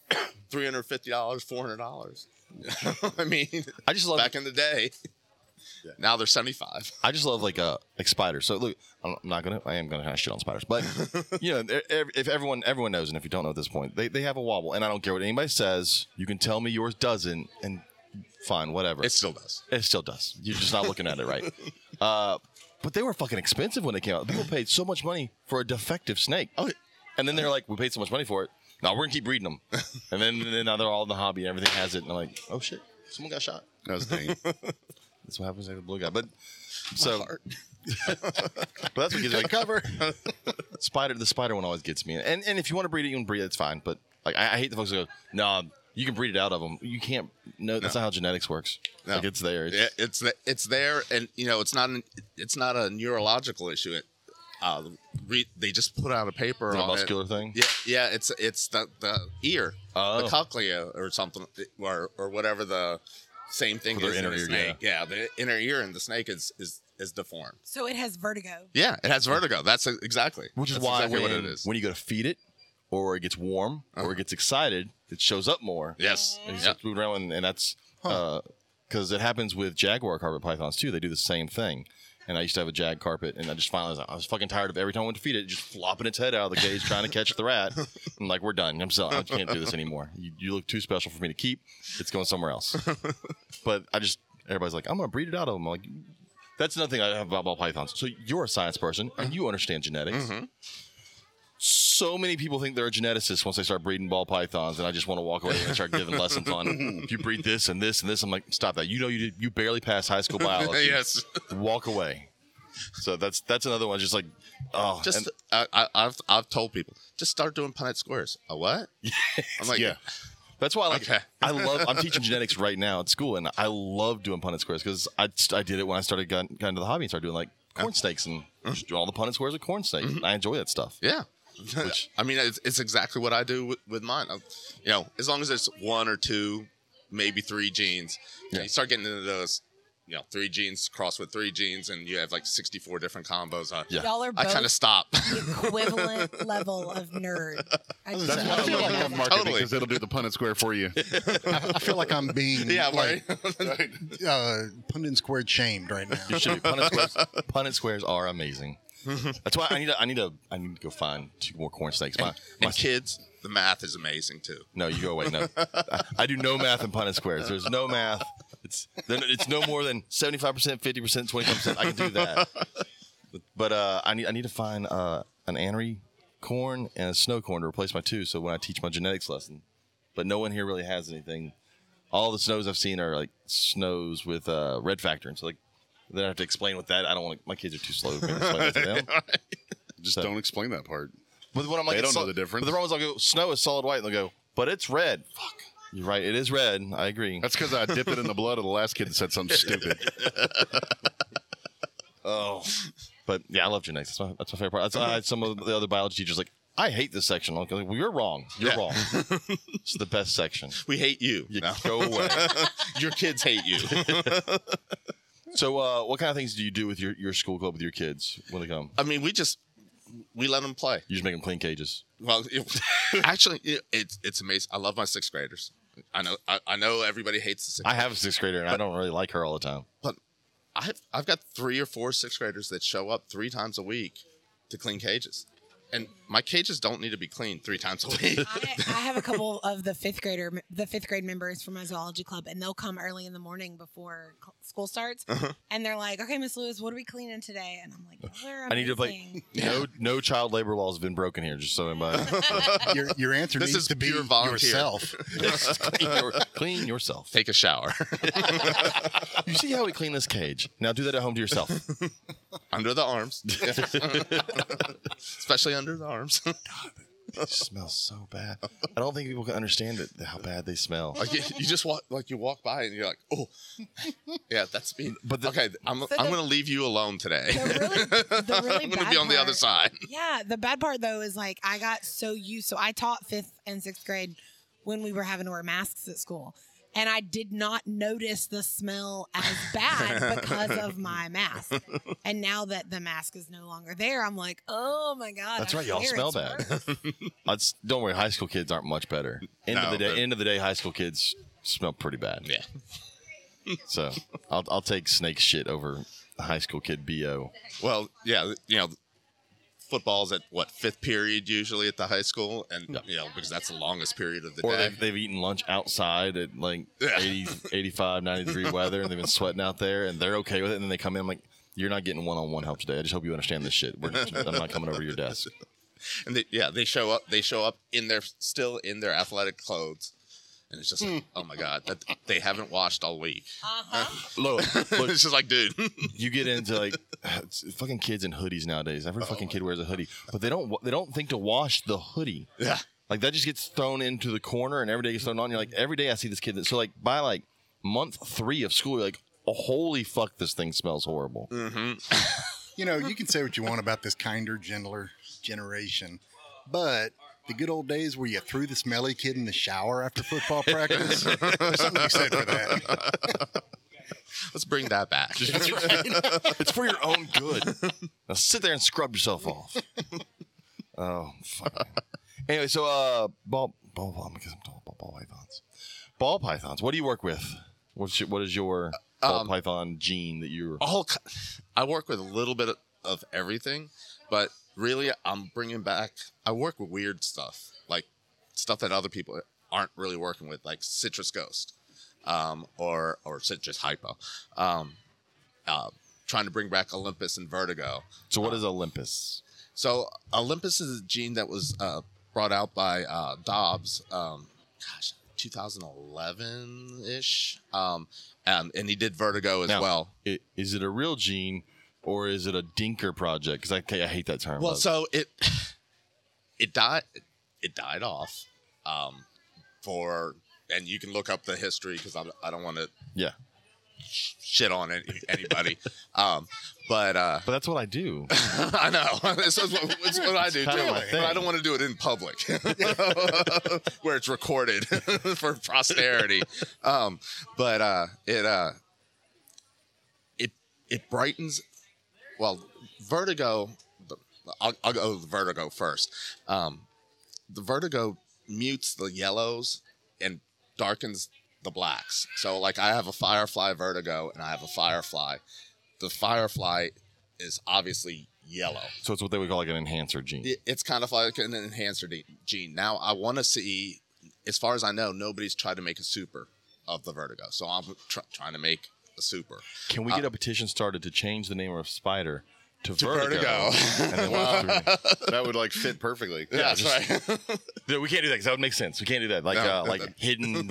three hundred fifty dollars, four hundred dollars. I mean, I just love back in the day. Now they're seventy five. I just love like uh like spiders. So look, I'm I'm not gonna I am gonna kind of shit on spiders, but you know e- ev- if everyone everyone knows, and if you don't know at this point, they, they have a wobble, and I don't care what anybody says. You can tell me yours doesn't, and fine, whatever. It still does. It still does. You're just not looking at it right. Uh, but they were fucking expensive when they came out. People paid so much money for a defective snake. Oh, and then they're like, we paid so much money for it. Now we're gonna keep breeding them. And then, then now they're all in the hobby. and Everything has it. And I'm like, oh shit, someone got shot. That was dang. That's what happens after the blue guy. But so, but that's what gives me cover. spider, the spider one always gets me. And and if you want to breed it, you can breed it. It's fine. But like, I, I hate the folks who go, no, you can breed it out of them. You can't. No, that's not how genetics works. No. Like it's there. It's, Yeah, it's th- it's there, and you know it's not an, it's not a neurological issue. It, uh, re- they just put out a paper it's a on muscular it. thing. Yeah, yeah, it's it's the, the ear, Oh. the cochlea, or something, or or whatever the same thing Their is in inner a ear, snake. Yeah. the inner ear in the snake is is is deformed. so it has vertigo. Yeah, it has vertigo. That's uh, exactly Which is That's why exactly when, what it is. when you go to feed it, or it gets warm, or it gets excited, it shows up more. yes, And, uh, it Yeah. starts moving around, and, and that's because it happens with jaguar carpet pythons too. They do the same thing. And I used to have a jag carpet, and I just finally was like, I was fucking tired of every time I went to feed it, just flopping its head out of the cage trying to catch the rat. I'm like, we're done. I'm selling. I can't do this anymore. You, you look too special for me to keep. It's going somewhere else. but I just everybody's like, I'm gonna breed it out of them. Like, that's another thing I have about ball pythons. So you're a science person Mm-hmm. and you understand genetics. So many people think they're a geneticist once they start breeding ball pythons, and I just want to walk away and start giving lessons on you breed this and this and this. I'm like, stop that. You know, you did, you barely passed high school biology. Yes. walk away. So that's that's another one. Just like, oh, Just and- I, I, I've I've told people just start doing Punnett squares. A what? I'm like yeah. That's why, like, Okay. I love. I'm teaching genetics right now at school, and I love doing Punnett squares because I, I did it when I started got, got into the hobby and started doing like corn snakes and Mm-hmm. just do all the Punnett squares with corn snakes. and I enjoy that stuff. Yeah. I mean, it's, it's exactly what I do with, with mine. I'm, you know, as long as it's one or two, maybe three genes, and Yeah. you start getting into those, you know, three genes crossed with three genes, and you have like 64 different combos. I, Yeah. Y'all are I both kind of stop. equivalent level of nerd. I just That's why I love love it. that market Totally. because it'll do the Punnett Square for you. I, I feel like I'm being yeah, like right. uh, Pundit Squared shamed right now. You should be. Punnett squares, Punnett squares are amazing. Mm-hmm. That's why I need to, I need to I need to go find two more corn snakes. My, my and kids, the math is amazing too. no, you go away. No, I, I do no math in Punnett squares. There's no math. It's then it's no more than seventy five percent, fifty percent, twenty five percent. I can do that. But uh, I need I need to find uh, an anery corn and a snow corn to replace my two. So when I teach my genetics lesson, but no one here really has anything. All the snows I've seen are like snows with uh, red factor, and so like then I have to explain what that. I don't want to, my kids are too slow. to explain that to them. Just So- don't explain that part. But when I'm like, They it's don't know sol- the difference. But the Romans, I'll go, snow is solid white, and they'll go, but it's red. Fuck. You're right. It is red. I agree. That's because I dipped it in the blood of the last kid that said something stupid. oh. But yeah, I love genetics. That's my, that's my favorite part. That's why I had some of the other biology teachers like, I hate this section. I'm like, well, you're wrong. You're Yeah. wrong. it's the best section. We hate you. You No. go away. Your kids hate you. so, uh, what kind of things do you do with your, your school club with your kids when they come? I mean, we just we let them play. You just make them clean cages. Well, it, actually, it, it's it's amazing. I love my sixth graders. I know I, I know everybody hates the sixth. I have a sixth grader, and I don't really like her all the time. but I've, I've got three or four sixth graders that show up three times a week to clean cages. And my cages don't need to be cleaned three times a week. I, I have a couple of the fifth grader, the fifth grade members from my zoology club, and they'll come early in the morning before cl- school starts, and they're like, "Okay, Miss Lewis, what are we cleaning today?" And I'm like, I need to play. No, no child labor laws have been broken here. Just so everybody Your, your answer This needs is to be pure volunteer. yourself. clean, your- clean yourself. Take a shower You see how we clean this cage? Now do that at home to yourself. under the arms, especially under the arms. it smells so bad. I don't think people can understand it how bad they smell. like you, you just walk, like you walk by and you're like, oh, yeah, that's me. But But the- okay, I'm, the- I'm going to leave you alone today. The really, the really I'm going to bad be on the other part- side. Yeah, the bad part though is like I got so used. So I taught fifth and sixth grade when we were having to wear masks at school, and I did not notice the smell as bad because of my mask. And now that the mask is no longer there, I'm like, oh my god, That's I right, y'all swear smell it's bad. worse. That's- don't worry, high school kids aren't much better. End of No, the day, they're- end of the day, high school kids smell pretty bad. Yeah. So I'll, I'll take snake shit over high school kid bo. Well, yeah, you know, football's at what fifth period usually at the high school, and you know because that's the longest period of the Or day. they've, they've eaten lunch outside at like Yeah. 80, 85, 90 degree weather, and they've been sweating out there, and they're okay with it. And then they come in like, "You're not getting one on one help today. I just hope you understand this shit. We're, I'm not coming over to your desk." and they, yeah, they show up. They show up in their still in their athletic clothes, and it's just like, oh my god, that they haven't washed all week. Look, look, it's just like, dude, you get into like it's fucking kids in hoodies nowadays. Every fucking kid wears a hoodie, but they don't wa- they don't think to wash the hoodie. yeah, Like that just gets thrown into the corner, and every day gets thrown on. You're like, every day I see this kid. That, so like by like month three of school, you're like, oh, holy fuck, this thing smells horrible. Mm-hmm. You know, you can say what you want about this kinder, gentler generation, but the good old days where you threw the smelly kid in the shower after football practice, there's something you said for that. let's bring that back. it's for your own good. Now sit there and scrub yourself off. oh, fuck. Anyway, so uh, ball ball ball because I'm talking about ball pythons. Ball pythons. What do you work with? What's your, what is your ball Um, python gene that you're all ki- I work with a little bit of everything, but really I'm bringing back I work with weird stuff, like stuff that other people aren't really working with, like Citrus Ghost, um, or or Citrus Hypo. Um, uh, trying to bring back Olympus and Vertigo. so what is olympus So Olympus is a gene that was uh, brought out by uh, Dobbs, um, gosh, 2011 ish, um, and, and he did Vertigo as Now, well. i- Is it a real gene or is it a dinker project because I, ca- I hate that term Well, but- so it it died it died off um, for, and you can look up the history because I, I don't want to yeah shit on any, anybody, um, but uh, but that's what I do I know this is what, it's what I do too, kinda my but I don't want to do it in public where it's recorded for posterity. Um, but uh, it uh, it it brightens. Well, Vertigo. I'll, I'll go with Vertigo first. Um, the Vertigo mutes the yellows and darkens the blacks. So, like, I have a Firefly Vertigo and I have a Firefly. The Firefly is obviously yellow. so it's what they would call like an enhancer gene It- It's kind of like an enhancer de- gene. Now, I want to see, as far as I know, nobody's tried to make a super of the Vertigo. So, I'm tr- trying to make a super. Can Uh, we get a petition started to change the name of Spider to, Vertigo? Vertigo. and then walk through? that would like fit perfectly. Yeah, that's right. No, we can't do that because that would make sense. We can't do that. Like No. uh, like hidden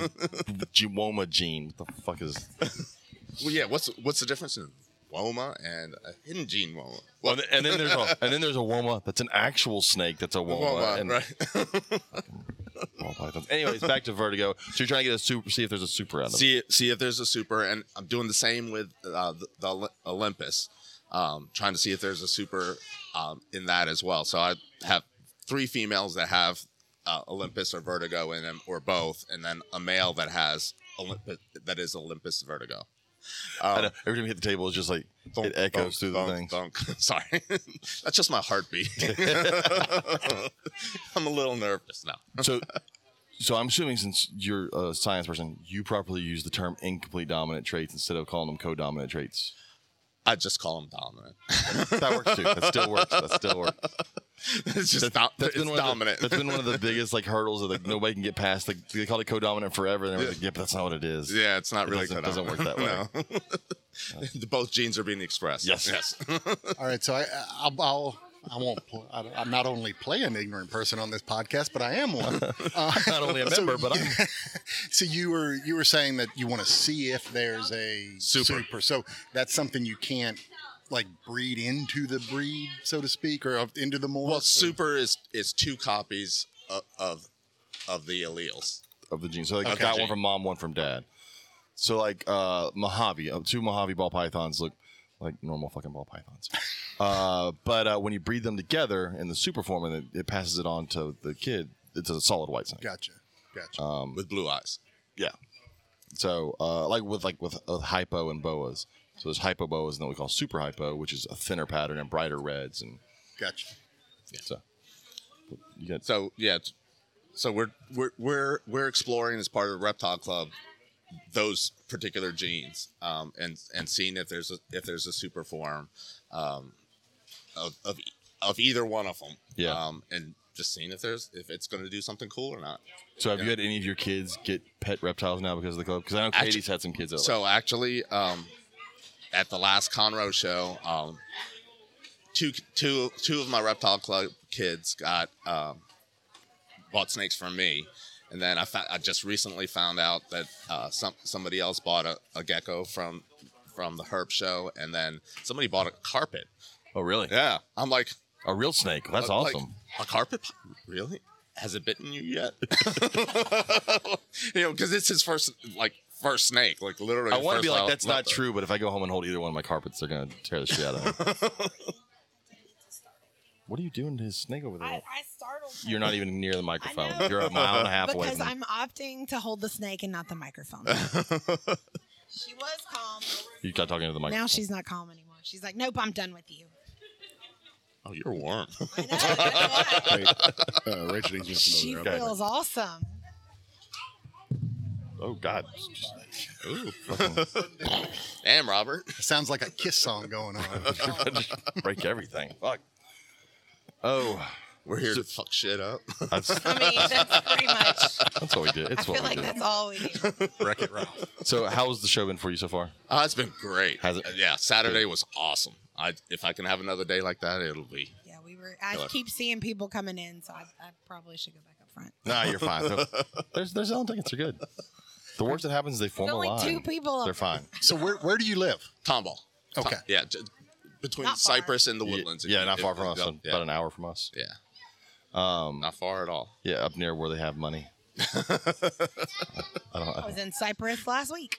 Jiwoma gene. What the fuck is? Well, yeah. What's what's the difference in Woma and a hidden gene Woma? Well, and then there's a and then there's a woma that's an actual snake that's a woma. Woma, and right? ball pythons. Anyways, back to Vertigo. So you're trying to get a super. See if there's a super out of it. see see if there's a super, and I'm doing the same with uh, the, the Oly- Olympus, um, trying to see if there's a super um, in that as well. So I have three females that have uh, Olympus or Vertigo in them, or both, and then a male that has Olympus that is Olympus Vertigo. Oh. I know, every time you hit the table, it's just like it echoes through the thunk, things. thunk. Sorry, that's just my heartbeat. I'm a little nervous now. So, so I'm assuming since you're a science person, you properly use the term incomplete dominant traits instead of calling them co-dominant traits. I just call him dominant. That works too. That still works. That still works. it's just dom- it's one dominant. Of the, that's been one of the biggest like hurdles that like, nobody can get past. Like they called it co-dominant forever, and everyone's like, "Yeah, but that's not what it is." yeah, it's not It really doesn't- cut out. doesn't work that way. No. Both genes are being expressed. Yes. Yes. All right, so I, I'll, I'll I won't. Pl- I, I'm not only play an ignorant person on this podcast, but I am one. Uh, Not only a member, but I'm so you were you were saying that you want to see if there's a Super. So that's something you can't like breed into the breed, so to speak, or of- into the morph. Well, or- super is is two copies of of, of the alleles. of the gene. So like, I got one from mom, one from dad. So like uh, Mojave, uh, two Mojave ball pythons look like normal fucking ball pythons. Uh, but uh, when you breed them together in the super form, and it, it passes it on to the kid, it's a solid white snake. Gotcha. Gotcha. Um, with blue eyes. Yeah. So uh, like with like with uh, hypo and boas. So there's hypo boas and then we call super hypo, which is a thinner pattern and brighter reds and gotcha. so. You got So yeah, it's- so we're we're we're we're exploring as part of the reptile club those particular genes um, and and seeing if there's a if there's a super form um, of of e- of either one of them. Yeah. Um, and just seeing if there's if it's going to do something cool or not. so have you had any of your kids get pet reptiles now because of the club? Because I know Katie's Actu- had some kids. That so So actually, um, at the last Conroe show, um, two two two of my reptile club kids got um, bought snakes from me, and then I found, I just recently found out that uh, some somebody else bought a, a gecko from from the herp show, and then somebody bought a carpet. oh really? Yeah, I'm like A real snake. That's I'm like, awesome. a carpet, pi- really? Has it bitten you yet? you know, because it's his first like first snake, like literally. I want to first be like wild- that's not leopard." true, but if I go home and hold either one of my carpets, they're gonna tear the shit out of me. what are you doing to his snake over there? I, I startled him. You're not even near the know. microphone. You're a mile and a half away. because From I'm opting to hold the snake and not the microphone. she was calm. you got talking to the microphone. Now she's not calm anymore. She's like, nope, I'm done with you. Oh, you're warm. I know, I know. Wait, uh, Rachel needs to she know that. feels awesome. Oh God, It's just- Damn, Robert. It sounds like a kiss song going on. just break everything. Fuck. Oh, We're here to fuck shit up. that's, I mean, that's pretty much. that's what we did. I It's feel what we like did. that's all we need. Wreck It Ralph. So, how's the show been for you so far? Oh, it's been great. Has it? Uh, Yeah, Saturday was awesome. I if I can have another day like that, it'll be. Yeah, we were. I keep seeing people coming in, so I, I probably should go back up front. Nah, you're fine. There's there's selling tickets. They're good. The worst that happens is they form There's a only line. two people. They're fine. So where where do you live? Tomball. Okay. Yeah, j- between Not far. Cypress and the Woodlands. Yeah, not far from us. Yeah, About an hour from us. yeah. Um, not far at all. Yeah, up near where they have money. I don't. I I, was in Cyprus last week.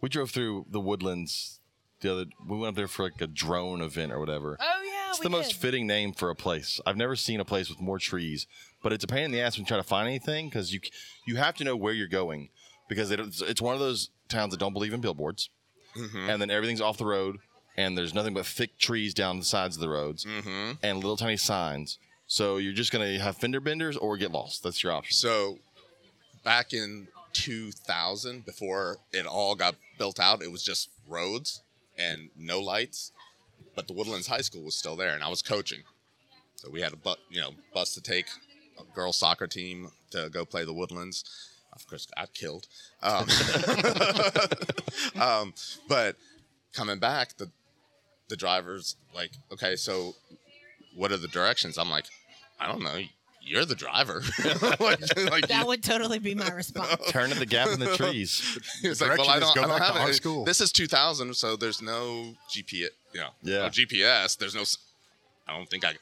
we drove through the woodlands the other. We went up there for like a drone event or whatever. Oh yeah, It's the most fitting name for a place. I've never seen a place with more trees, but it's a pain in the ass when you try to find anything because you you have to know where you're going because it, it's it's one of those towns that don't believe in billboards, and then everything's off the road and there's nothing but thick trees down the sides of the roads and little tiny signs. So you're just gonna have fender benders or get lost. That's your option. So, back in 2000, before it all got built out, it was just roads and no lights. But the Woodlands High School was still there, and I was coaching. So we had a bu- you know bus to take a girls soccer team to go play the Woodlands. Of course, got killed. Um, um, but coming back, the the driver's like, okay, so what are the directions? I'm like, I don't know. You're the driver. like, like, That would totally be my response. Turn at the gap in the trees. it's The like, well, I direction is don't, go I don't back to have our it. school. This is 2000, so there's no GPS. Yeah, Yeah. no GPS. There's no. s- I don't think I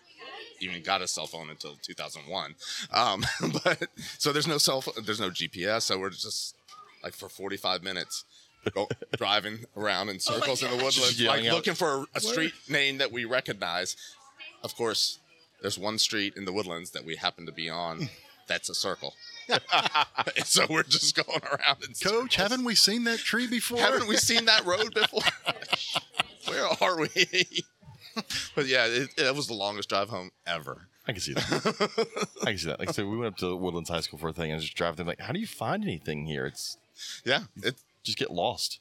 even got a cell phone until 2001. Um, but so there's no cell. Phone, there's no GPS. So we're just like for 45 minutes. Go, driving around in circles in the woodlands, like yelling out, looking for a, a street name that we recognize. Of course, there's one street in the woodlands that we happen to be on. That's a circle. so we're just going around in circles. Coach, haven't we seen that tree before? Haven't we seen that road before? Where are we? but yeah, it, it was the longest drive home ever. I can see that. I can see that. Like so, we went up to Woodlands High School for a thing and just driving. Like, how do you find anything here? It's Yeah, it, just get lost.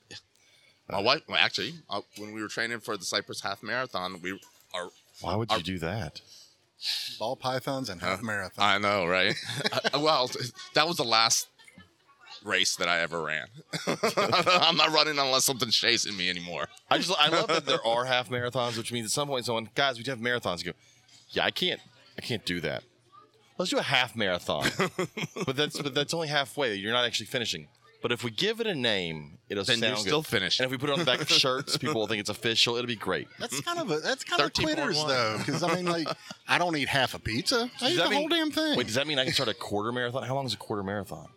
my wife. Well, actually, uh, when we were training for the Cypress Half Marathon, we are. Why would you do that? Ball pythons and half marathon. I know, right? I- well, that was the last race that I ever ran. I'm not running unless something's chasing me anymore. I just I love that there are half marathons, which means at some point someone guys we do have marathons. You go, yeah, I can't I can't do that. Let's do a half marathon, but that's but that's only halfway. You're not actually finishing. But if we give it a name, it'll Then sound you're still good. finishing. And if we put it on the back of shirts, people will think it's official. It'll be great. That's kind of a that's kind of 13.1. quitters though, because I mean, like, I don't eat half a pizza. I eat Does the that whole mean- damn thing. Wait, does that mean I can start a quarter marathon? How long is a quarter marathon?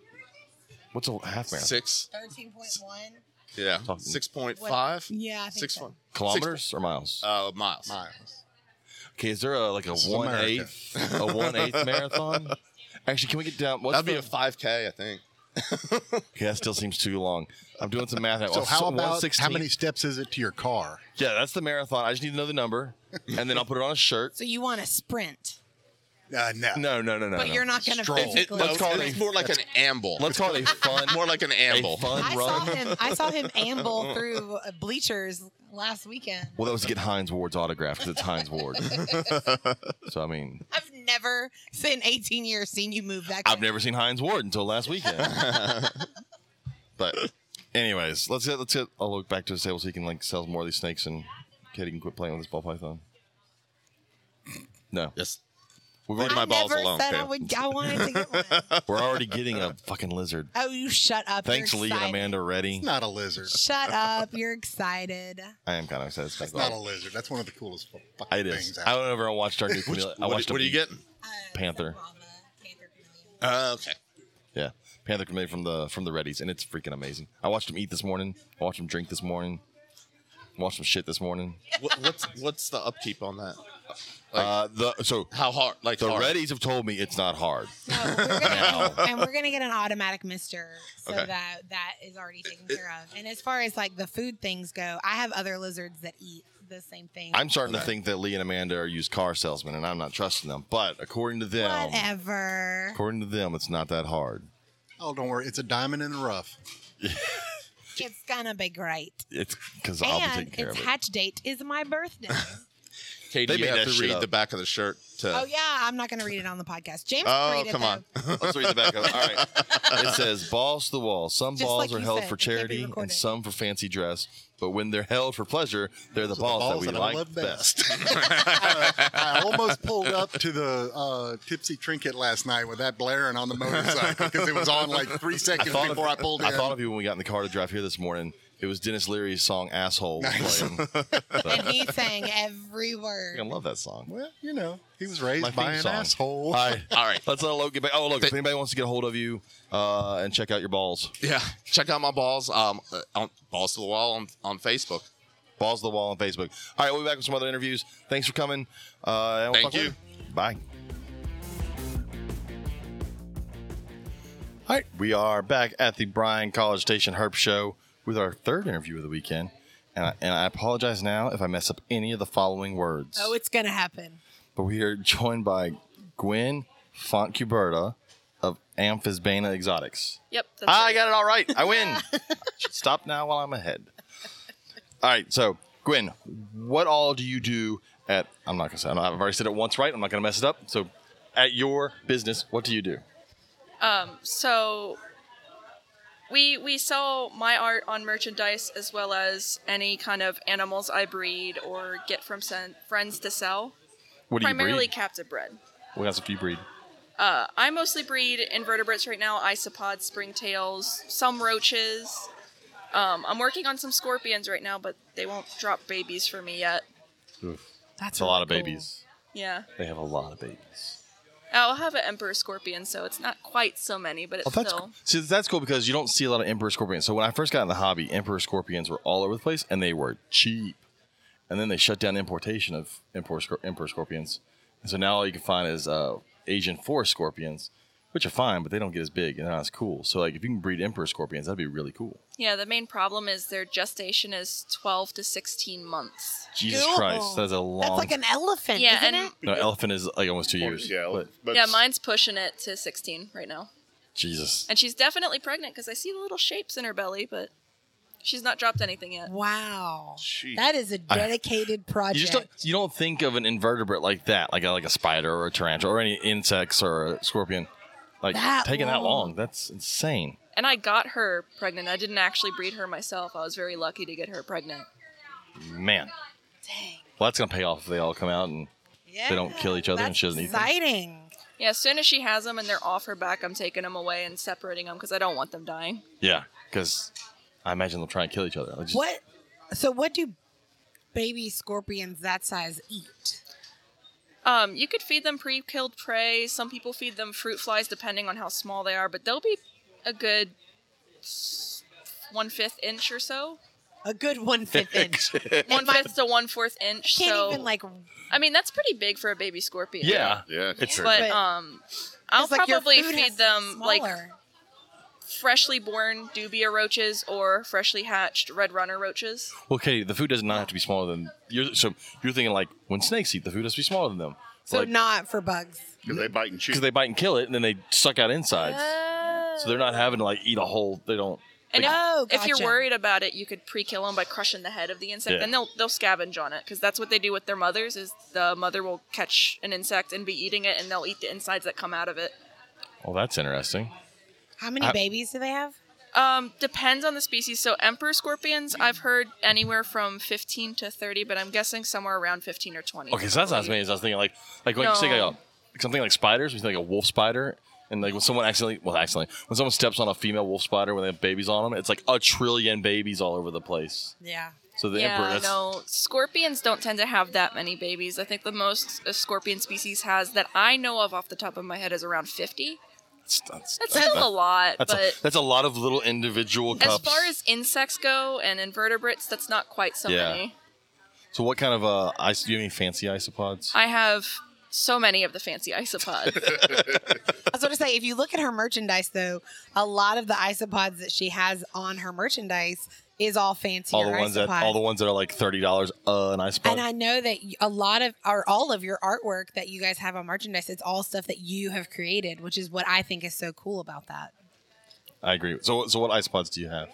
What's a half marathon? Six, Thirteen point one. yeah, Talking- six point five, Yeah, I think six so. one kilometers or miles? uh, miles. Okay, is there a like a is one eighth a one eighth marathon? Actually, can we get down? What's That'd be the- a five k, I think. Okay, that still seems too long. I'm doing some math. now. So how One about how 16th? many steps is it to your car? Yeah, that's the marathon. I just need to know the number, and then I'll put it on a shirt. So you want to sprint, Uh, no. No, no, no, no. but no. you're not going to Stroll. It- it- physically. let's call it it's a- more like an amble. Let's call it a fun, more like an a amble. fun I run. saw him. I saw him amble through uh, bleachers last weekend. Well, that was to get Heinz Ward's autograph because it's Heinz Ward. so I mean, I've never, in 18 years, seen you move that. I've quick. never seen Heinz Ward until last weekend. but, anyways, let's get let's get a look back to his table so he can like sell more of these snakes and Katie can quit playing with this ball python. No, Yes. we're already, I my balls never alone, said I Pam. would. I wanted to get one. we're already getting a fucking lizard. Oh, you shut up. You're Thanks, Lee and excited. Amanda Reddy. Not a lizard. Shut up. You're excited. I am kind of satisfied. It's not a lizard. That's one of the coolest fu- fucking It is. things I out. don't ever watched our new chameleon. I What, watched what a are you beat. getting? Uh, Panther. Brahma, Panther chameleon. Uh, okay. Yeah, Panther chameleon from the from the Reddies, and it's freaking amazing. I watched him eat this morning. I watched him drink this morning. Watched him shit this morning. what, what's what's the upkeep on that? Uh, the so How hard? Like the hard? Reddies have told me it's not hard. No, Oh, we're gonna, and we're gonna get an automatic mister, so Okay. that that is already taken care of. And as far as like the food things go, I have other lizards that eat the same thing. I'm starting to think that Lee and Amanda are used car salesmen, um, and I'm not trusting them. But according to them, whatever. according to them, it's not that hard. Oh, don't worry. It's a diamond in the rough. It's gonna be great. It's because I'll be and taking care its of it. hatch date is my birthday. Katie, They you made have that to shit read up. the back of the shirt to. oh yeah, I'm not gonna read it on the podcast. James, can Oh, read it, come though. on. Let's read the back of it. All right. It says balls to the wall. Some Just balls like are you held said, for they can't be charity and recorded. some for fancy dress, but when they're held for pleasure, they're the, So balls, that we I like love best. I, I almost pulled up to the uh, Tipsy Trinket last night with that blaring on the motorcycle because it was on like three seconds thought of- before I pulled in. I thought of you when we got in the car to drive here this morning. It was Dennis Leary's song "Asshole." was Nice. playing. And he sang every word. I love that song. well, you know, he was My raised theme by an song. asshole. All right. All right. Let's let Logan get back. Oh, look! If anybody wants to get a hold of you uh, and check out your balls, Yeah. Check out my balls. Um, uh, on balls to the wall on, on Facebook. balls to the wall on Facebook. All right, we'll be back with some other interviews. Thanks for coming. Uh, and we'll Thank talk you. later. Bye. All right, we are back at the Bryan College Station Herp Show with our third interview of the weekend. And I, and I apologize now if I mess up any of the following words. Oh, it's gonna happen. but we are joined by Gwen Foncuberta of Amphisbana Exotics. Yep. That's Ah, I right. got it all right. I win. Stop now while I'm ahead. All right. So, Gwen, what all do you do at? I'm not gonna say. I've already said it once, right? I'm not gonna mess it up. So, at your business, what do you do? Um, so we we sell my art on merchandise as well as any kind of animals I breed or get from sen- friends to sell. What do you Primarily breed? captive bred. What else do you breed? Uh, I mostly breed invertebrates right now: isopods, springtails, some roaches. Um, I'm working on some scorpions right now, but they won't drop babies for me yet. That's It's a lot of really cool. babies. Yeah, They have a lot of babies. I'll have an emperor scorpion, so it's not quite so many, but it's Oh, that's still. see, that's cool because you don't see a lot of emperor scorpions. So when I first got in the hobby, emperor scorpions were all over the place and they were cheap. And then they shut down importation of emperor, scor- emperor scorpions, and so now all you can find is uh, Asian forest scorpions, which are fine, but they don't get as big and they're not as cool. So like if you can breed emperor scorpions, that'd be really cool. Yeah, the main problem is their gestation is 12 to 16 months. Jesus Cool. Christ, that's a long. That's like an elephant, Yeah, isn't and- it? no, elephant is like almost two years. Yeah, but but yeah, mine's pushing it to 16 right now. Jesus. And she's definitely pregnant because I see the little shapes in her belly, but she's not dropped anything yet. Wow, Jeez. that is a dedicated project. You just don't you don't think of an invertebrate like that, like a, like a spider or a tarantula or any insects or a scorpion, like That taking that long. long. That's insane. And I got her pregnant. I didn't actually breed her myself. I was very lucky to get her pregnant. Man, Dang. well, that's gonna pay off if they all come out and Yeah, They don't kill each other and that's she doesn't eat them? Exciting. Yeah, as soon as she has them and they're off her back, I'm taking them away and separating them because I don't want them dying. yeah, because I imagine they'll try and kill each other. Like, just- What? So what do baby scorpions that size eat? Um, you could feed them pre-killed prey. Some people feed them fruit flies, depending on how small they are. But they'll be a good one fifth inch or so, A good one fifth inch. one fifth to one fourth inch. Can't so even like. I mean, that's pretty big for a baby scorpion. Yeah, yeah, It's- sure. but, But- um, I'll it's like your probably food feed has to be them like smaller. freshly born dubia roaches or freshly hatched red runner roaches. Well, Katie, the food does not have to be smaller than you're. So you're thinking like when snakes eat, the food has to be smaller than them. so like, not for bugs. because they bite and chew. because they bite and kill it, and then they suck out insides. so they're not having to like eat a whole. They don't. And Like- if, Oh, if you're gotcha. worried about it, you could pre-kill them by crushing the head of the insect, Yeah. and they'll they'll scavenge on it because that's what they do with their mothers. Is the mother will catch an insect and be eating it, and they'll eat the insides that come out of it. Well, that's interesting. How many I- babies do they have? Um, depends on the species. So emperor scorpions, I've heard anywhere from 15 to 30, but I'm guessing somewhere around 15 or 20. Okay, so that's not as many as I was thinking. Like, like when you say like a, something like spiders, we think like a wolf spider, and like when someone accidentally, well, accidentally, when someone steps on a female wolf spider when they have babies on them, it's like a trillion babies all over the place. Yeah. So the emperor, Yeah, that's, no. Scorpions don't tend to have that many babies. I think the most a scorpion species has that I know of off the top of my head is around 50. that's, that's, That's still a lot, that's, but a, that's a lot of little individual cups. As far as insects go and invertebrates, that's not quite so Yeah. many. so, what kind of uh, ice? Do you have any fancy isopods? I have so many of the fancy isopods. I was going to say, if you look at her merchandise, though, a lot of the isopods that she has on her merchandise is all fancy. all the ones that all the ones that are like thirty dollars uh, an isopod. and I know that y- a lot of or all of your artwork that you guys have on merchandise, it's all stuff that you have created, which is what I think is so cool about that. I agree. So, so what ice pods do you have?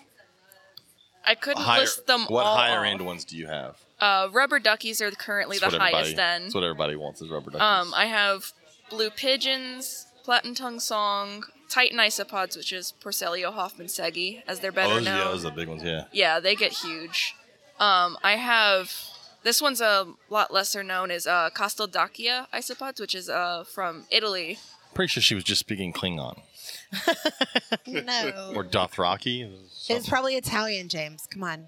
I couldn't list them what all. higher off. end ones do you have? Uh, rubber duckies are currently It's the what everybody- highest end. It's what everybody wants is rubber duckies. Um, I have blue pigeons, platin tongue song, Titan isopods, which is Porcelio Hoffman Segi, as they're better oh, those, known. yeah, those are the big ones. Yeah. Yeah, they get huge. Um, I have this one's a lot lesser known is uh, Casteldacchia isopods, which is uh, from Italy. Pretty sure she was just speaking Klingon No. or Dothraki. It's probably Italian, James. Come on.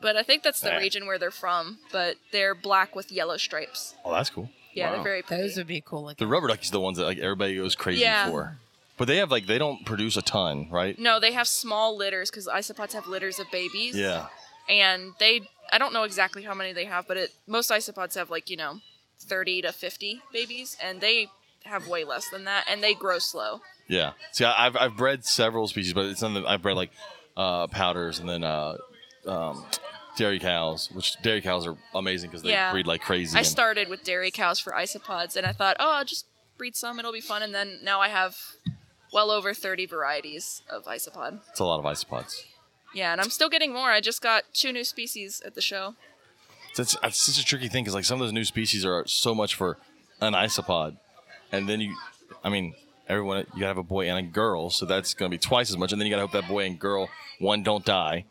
But I think that's the Ah. region where they're from. But they're black with yellow stripes. Oh, that's cool. Yeah, they're Wow. very pretty. Those would be cool. The Looking. rubber duckies are the ones that like everybody goes crazy Yeah. for. But they have like they don't produce a ton, right? no, they have small litters because isopods have litters of babies. Yeah. and they I don't know exactly how many they have, but it most isopods have like, you know, 30 to 50 babies and they have way less than that and they grow slow. Yeah. See, I, I've I've bred several species, but it's something I've bred like uh, powders and then uh, um, dairy cows, which dairy cows are amazing because they Yeah. breed like crazy. I and- started with dairy cows for isopods and I thought, "Oh, I'll just breed some, it'll be fun." And then now I have well over 30 varieties of isopod. It's a lot of isopods. Yeah, and I'm still getting more. I just got two new species at the show. That's that's such a tricky thing because like some of those new species are so much for an isopod, and then you, I mean, everyone you gotta have a boy and a girl, so that's gonna be twice as much, and then you gotta hope that boy and girl one don't die,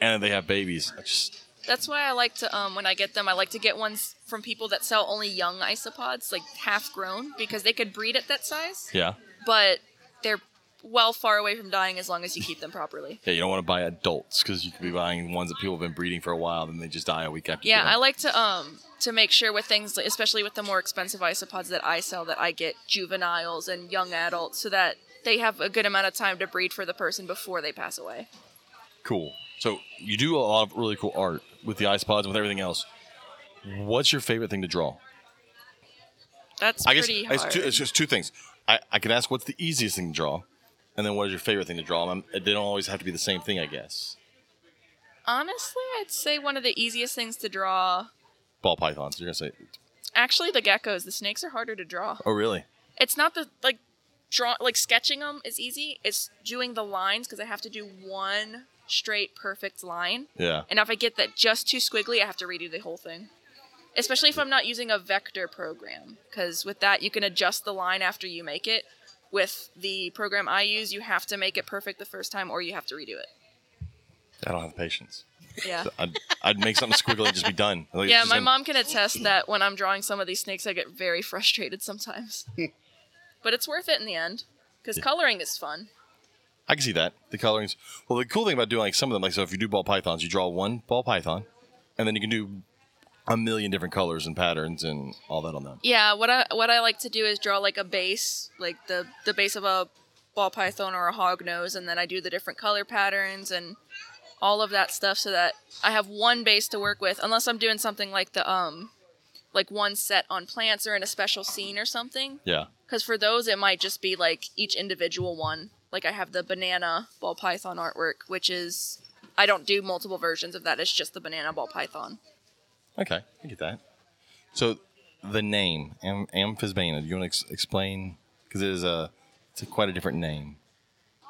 and they have babies. I just That's why I like to, um, when I get them, I like to get ones from people that sell only young isopods, like half grown, because they could breed at that size. yeah but they're well far away from dying as long as you keep them properly. yeah you don't want to buy adults because you could be buying ones that people have been breeding for a while, then they just die a week after. you Yeah, get 'em. I like to um to make sure with things, like- especially with the more expensive isopods that I sell, that I get juveniles and young adults, so that they have a good amount of time to breed for the person before they pass away. Cool. So you do a lot of really cool art with the ice pods and with everything else. What's your favorite thing to draw? That's I guess pretty it's, hard. two, it's just two things. I, I can ask what's the easiest thing to draw, and then what is your favorite thing to draw. And I'm, they don't always have to be the same thing, I guess. Honestly, I'd say one of the easiest things to draw. Ball pythons. You're gonna say, Actually, the geckos. The snakes are harder to draw. oh really? It's not the like draw like sketching them is easy. It's doing the lines because I have to do one straight perfect line. Yeah. And if I get that just too squiggly, I have to redo the whole thing. Especially if I'm not using a vector program, because with that, you can adjust the line after you make it. With the program I use, you have to make it perfect the first time or you have to redo it. I don't have the patience. Yeah. I'd, I'd make something squiggly and just be done. Like, it's Yeah, just my gonna- mom can attest that when I'm drawing some of these snakes, I get very frustrated sometimes. but it's worth it in the end, because coloring is fun. I can see that the colorings. Well, the cool thing about doing like some of them, like so, if you do ball pythons, you draw one ball python, and then you can do a million different colors and patterns and all that on them. Yeah, what I what I like to do is draw like a base, like the the base of a ball python or a hog nose, and then I do the different color patterns and all of that stuff, so that I have one base to work with. Unless I'm doing something like the um, like one set on plants or in a special scene or something. Yeah. Because for those, it might just be like each individual one. Like I have the banana ball python artwork, which is I don't do multiple versions of that. It's just the banana ball python. Okay, I get that. So, the name Am- Amphisbaena. Do you want to ex- explain? Because it is a, it's a quite a different name.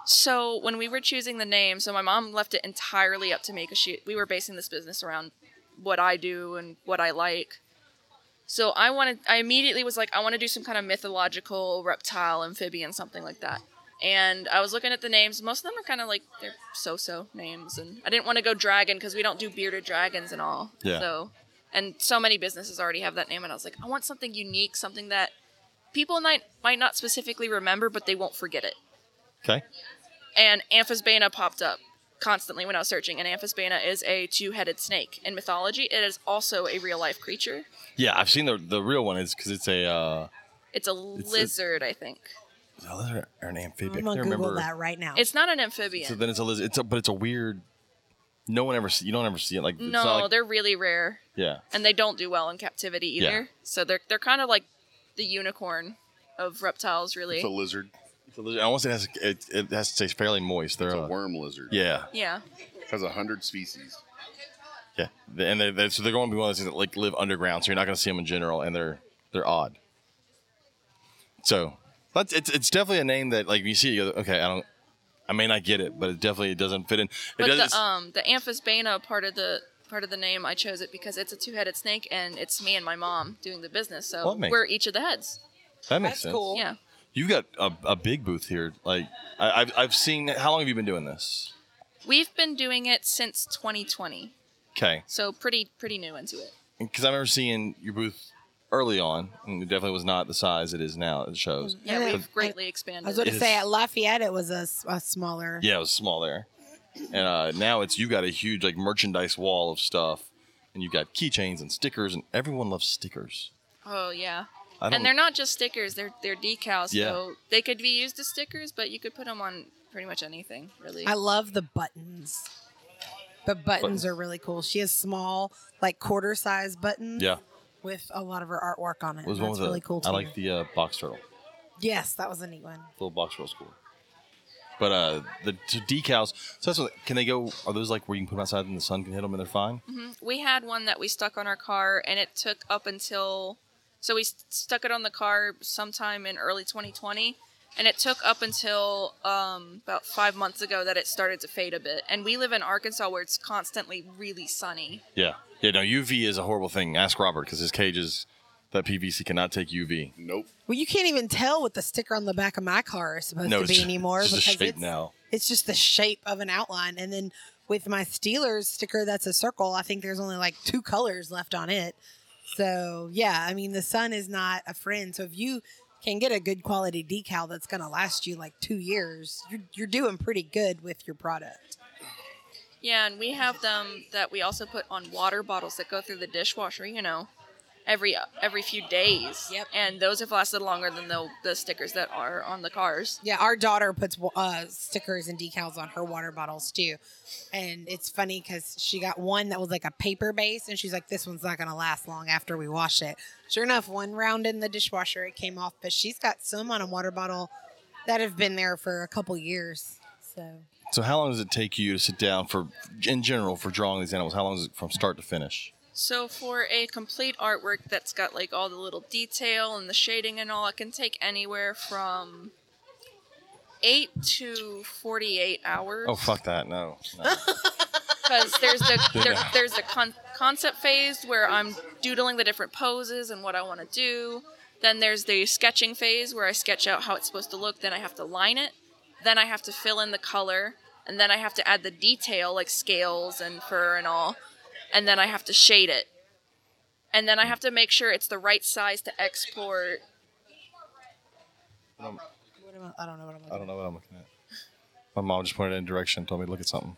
So when we were choosing the name, so my mom left it entirely up to me because she we were basing this business around what I do and what I like. So I wanted I immediately was like, I want to do some kind of mythological reptile, amphibian, something like that. And I was looking at the names. Most of them are kind of like they're so-so names, and I didn't want to go dragon because we don't do bearded dragons and all. Yeah. So, and so many businesses already have that name, and I was like, I want something unique, something that people might might not specifically remember, but they won't forget it Okay. and Amphisbaena popped up constantly when I was searching. And Amphisbaena is a two-headed snake in mythology. It is also a real-life creature. Yeah, I've seen the the real one is because it's a uh, It's a it's- lizard, I think. is it a lizard or an amphibian. I'm I going can't to Google remember. that right now. It's not an amphibian. So then it's a lizard. It's a but it's a weird. No one ever see, you don't ever see it like it's no, not like, they're really rare, yeah and they don't do well in captivity Yeah. either. So they're they're kind of like the unicorn of reptiles, really. It's a lizard. it's a lizard. I want to say it has, it, it has to say fairly moist. They're It's a uh, worm lizard. yeah yeah. Has a hundred species. yeah They- and they're, they're so they're going to be one of those things that like live underground so you're not going to see them in general and they're they're odd. So that's it's it's definitely a name that like you see you go, okay I don't I may not get it, but it definitely doesn't fit in. It But doesn't. the um the Amphis Bana part of the part of the name I chose it because it's a two-headed snake and it's me and my mom doing the business, so Well, that makes- we're each of the heads. that makes That's sense. cool. Yeah, You've got a, a big booth here. Like I, I've I've seen. How long have you been doing this? we've been doing it since 2020, Okay, so pretty pretty new into it. because I remember seeing your booth early on, and it definitely was not the size it is now. It shows. Yeah, Yeah. we've greatly I was expanded. going to It say is- at Lafayette it was a, s- a smaller. Yeah, it was small there, and uh, now it's you got a huge like merchandise wall of stuff, and you've got keychains and stickers, and everyone loves stickers. Oh yeah. I don't- And they're not just stickers; they're they're decals. Yeah. So they could be used as stickers, but you could put them on pretty much anything, really. I love the buttons. The buttons are really cool. She has small, like quarter size buttons. Yeah, With a lot of her artwork on it. What was and one That's with really the, cool too. I like the uh, box turtle. yes, that was a neat one. Little box turtle's cool. But uh, the t- decals. So that's what. Can they go? Are those like where you can put them outside and the sun can hit them and they're fine? Mm-hmm. we had one that we stuck on our car, and it took up until so we st- stuck it on the car sometime in early 2020, and it took up until um, about five months ago that it started to fade a bit. And we live in Arkansas where it's constantly really sunny. Yeah. Yeah. No, UV is a horrible thing. Ask Robert because his cages that PVC cannot take UV. Nope. Well, you can't even tell what the sticker on the back of my car is supposed No, to it's be just- anymore it's just a because shape it's, now. it's just the shape of an outline. And then with my Steelers sticker, that's a circle. I think there's only like two colors left on it. So yeah, I mean the sun is not a friend. So if you can get a good quality decal that's going to last you like two years, you're, you're doing pretty good with your product. Yeah, and we have them that we also put on water bottles that go through the dishwasher. You know, every every few days. Yep. And those have lasted longer than the the stickers that are on the cars. Yeah, our daughter puts uh, stickers and decals on her water bottles too. And it's funny because she got one that was like a paper base, and she's like, this one's not going to last long after we wash it. Sure enough, one round in the dishwasher, it came off, but she's got some on a water bottle that have been there for a couple years. So So how long does it take you to sit down for, in general, for drawing these animals? How long is it from start to finish? So for a complete artwork that's got like all the little detail and the shading and all, it can take anywhere from eight to forty-eight hours. Oh fuck that! No. no. Because there's the there, there's the con- concept phase where I'm doodling the different poses and what I want to do. Then there's the sketching phase where I sketch out how it's supposed to look. Then I have to line it. Then I have to fill in the color, and then I have to add the detail like scales and fur and all. And then I have to shade it. And then I have to make sure it's the right size to export. what am I, I don't know what I'm I looking don't know what I'm looking at. My mom just pointed in a direction, told me to look at something.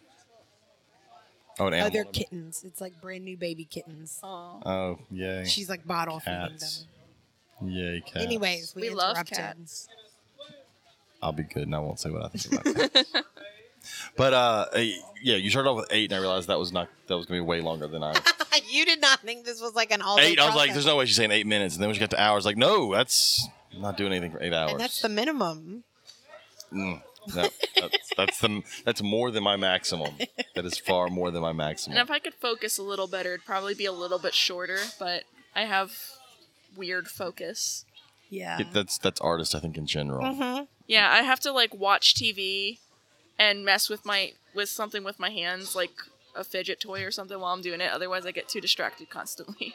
Oh, an at. Oh, animal. they're kittens. It's like brand new baby kittens. Oh, Oh, yay! She's like bottle feeding them. Cats. Yay, cats. Anyways, we, we love interrupted. cats. I'll be good and I won't say what I think about that. but uh, eh, yeah, you started off with eight, and I realized that was not that was gonna be way longer than I. you did not think this was like an all eight. I was like, there's no way she's saying eight minutes, and then when she got to hours, like, no, that's I'm not doing anything for eight hours. And that's the minimum. No, that's, that's the that's more than my maximum. That is far more than my maximum. And if I could focus a little better, it'd probably be a little bit shorter, but I have weird focus. Yeah. It- that's that's artist, I think, in general. Yeah, I have to like watch TV and mess with my with something with my hands, like a fidget toy or something while I'm doing it. Otherwise I get too distracted constantly.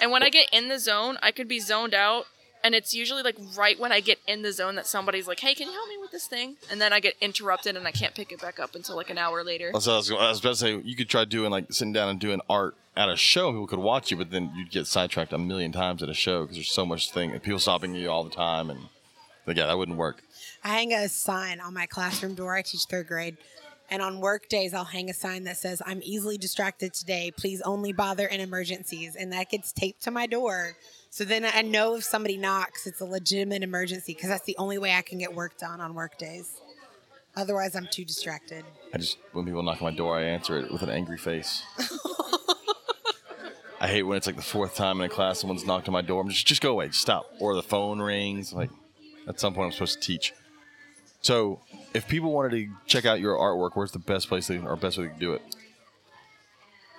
and when I get in the zone, I could be zoned out and it's usually like right when I get in the zone that somebody's like, "Hey, can you help me with this thing?" And then I get interrupted and I can't pick it back up until like an hour later. So I was, I was about to say you could try doing like sitting down and doing art at a show. People could watch you, but then you'd get sidetracked a million times at a show because there's so much thing and people stopping you all the time. And like, yeah, that wouldn't work. I hang a sign on my classroom door. I teach third grade. And on work days, I'll hang a sign that says, I'm easily distracted today. Please only bother in emergencies. And that gets taped to my door. So then I know if somebody knocks, it's a legitimate emergency because that's the only way I can get work done on work days. Otherwise, I'm too distracted. I just when people knock on my door, I answer it with an angry face. I hate when it's like the fourth time in a class someone's knocked on my door. I'm just just go away, just stop. Or the phone rings. Like at some point, I'm supposed to teach. So if people wanted to check out your artwork, where's the best place they, or best way to do it?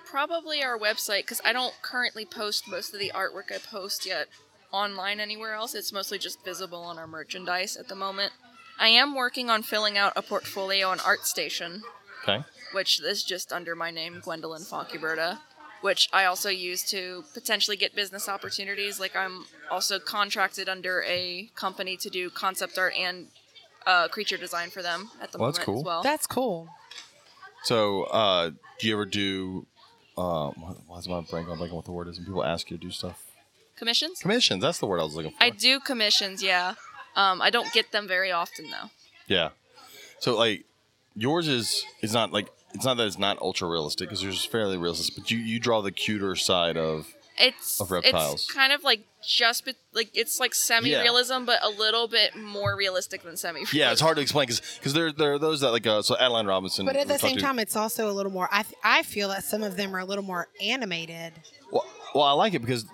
Probably our website because I don't currently post most of the artwork I post yet online anywhere else. It's mostly just visible on our merchandise at the moment. I am working on filling out a portfolio on ArtStation, Okay. which is just under my name, Gwendolyn Falkyberta, which I also use to potentially get business opportunities. Like I'm also contracted under a company to do concept art and uh, creature design for them at the Well, moment that's cool. as well. That's cool. So, uh, do you ever do? Uh, wh- why is my brain going blank on what the word is? And people ask you to do stuff. Commissions? Commissions. That's the word I was looking for. I do commissions, yeah. Um, I don't get them very often though. Yeah. So like yours is is not like it's not that it's not ultra realistic because yours is fairly realistic, but you you draw the cuter side of It's Of reptiles. It's kind of like just be- like it's like semi-realism, but a little bit more realistic than semi. yeah. It's hard to explain because there there are those that like uh, so Adeline Robinson. But at we the talked same to- time, it's also a little more. I th- I feel that some of them are a little more animated. Well, well, I like it because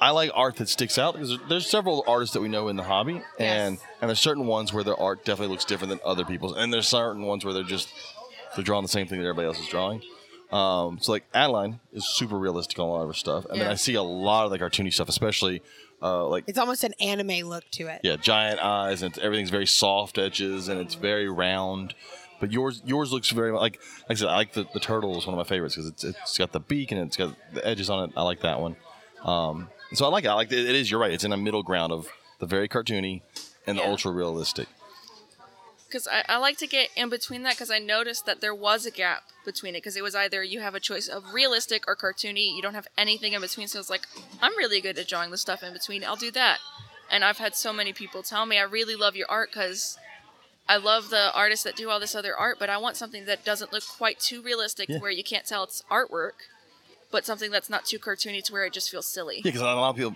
I like art that sticks out because there- there's several artists that we know in the hobby, and Yes. and there's certain ones where their art definitely looks different than other people's, and there's certain ones where they're just they're drawing the same thing that everybody else is drawing. Um, so like Adeline is super realistic on a lot of her stuff, and then Yeah. I see a lot of the cartoony stuff, especially uh, like It's almost an anime look to it. yeah, giant eyes, and it's, everything's very soft edges, and it's very round. But yours yours looks very like like I said, I like the, the turtle is one of my favorites because it's it's got the beak and it's got the edges on it. I like that one. Um, so I like it. I like it. It is you're right. It's in a middle ground of the very cartoony and the Yeah. ultra realistic. because I, I like to get in between that because I noticed that there was a gap between it because it was either you have a choice of realistic or cartoony. You don't have anything in between. So it's like I'm really good at drawing the stuff in between. I'll do that. And I've had so many people tell me I really love your art because I love the artists that do all this other art, but I want something that doesn't look quite too realistic Yeah. to where you can't tell it's artwork, but something that's not too cartoony to where it just feels silly. Yeah, because not a lot of people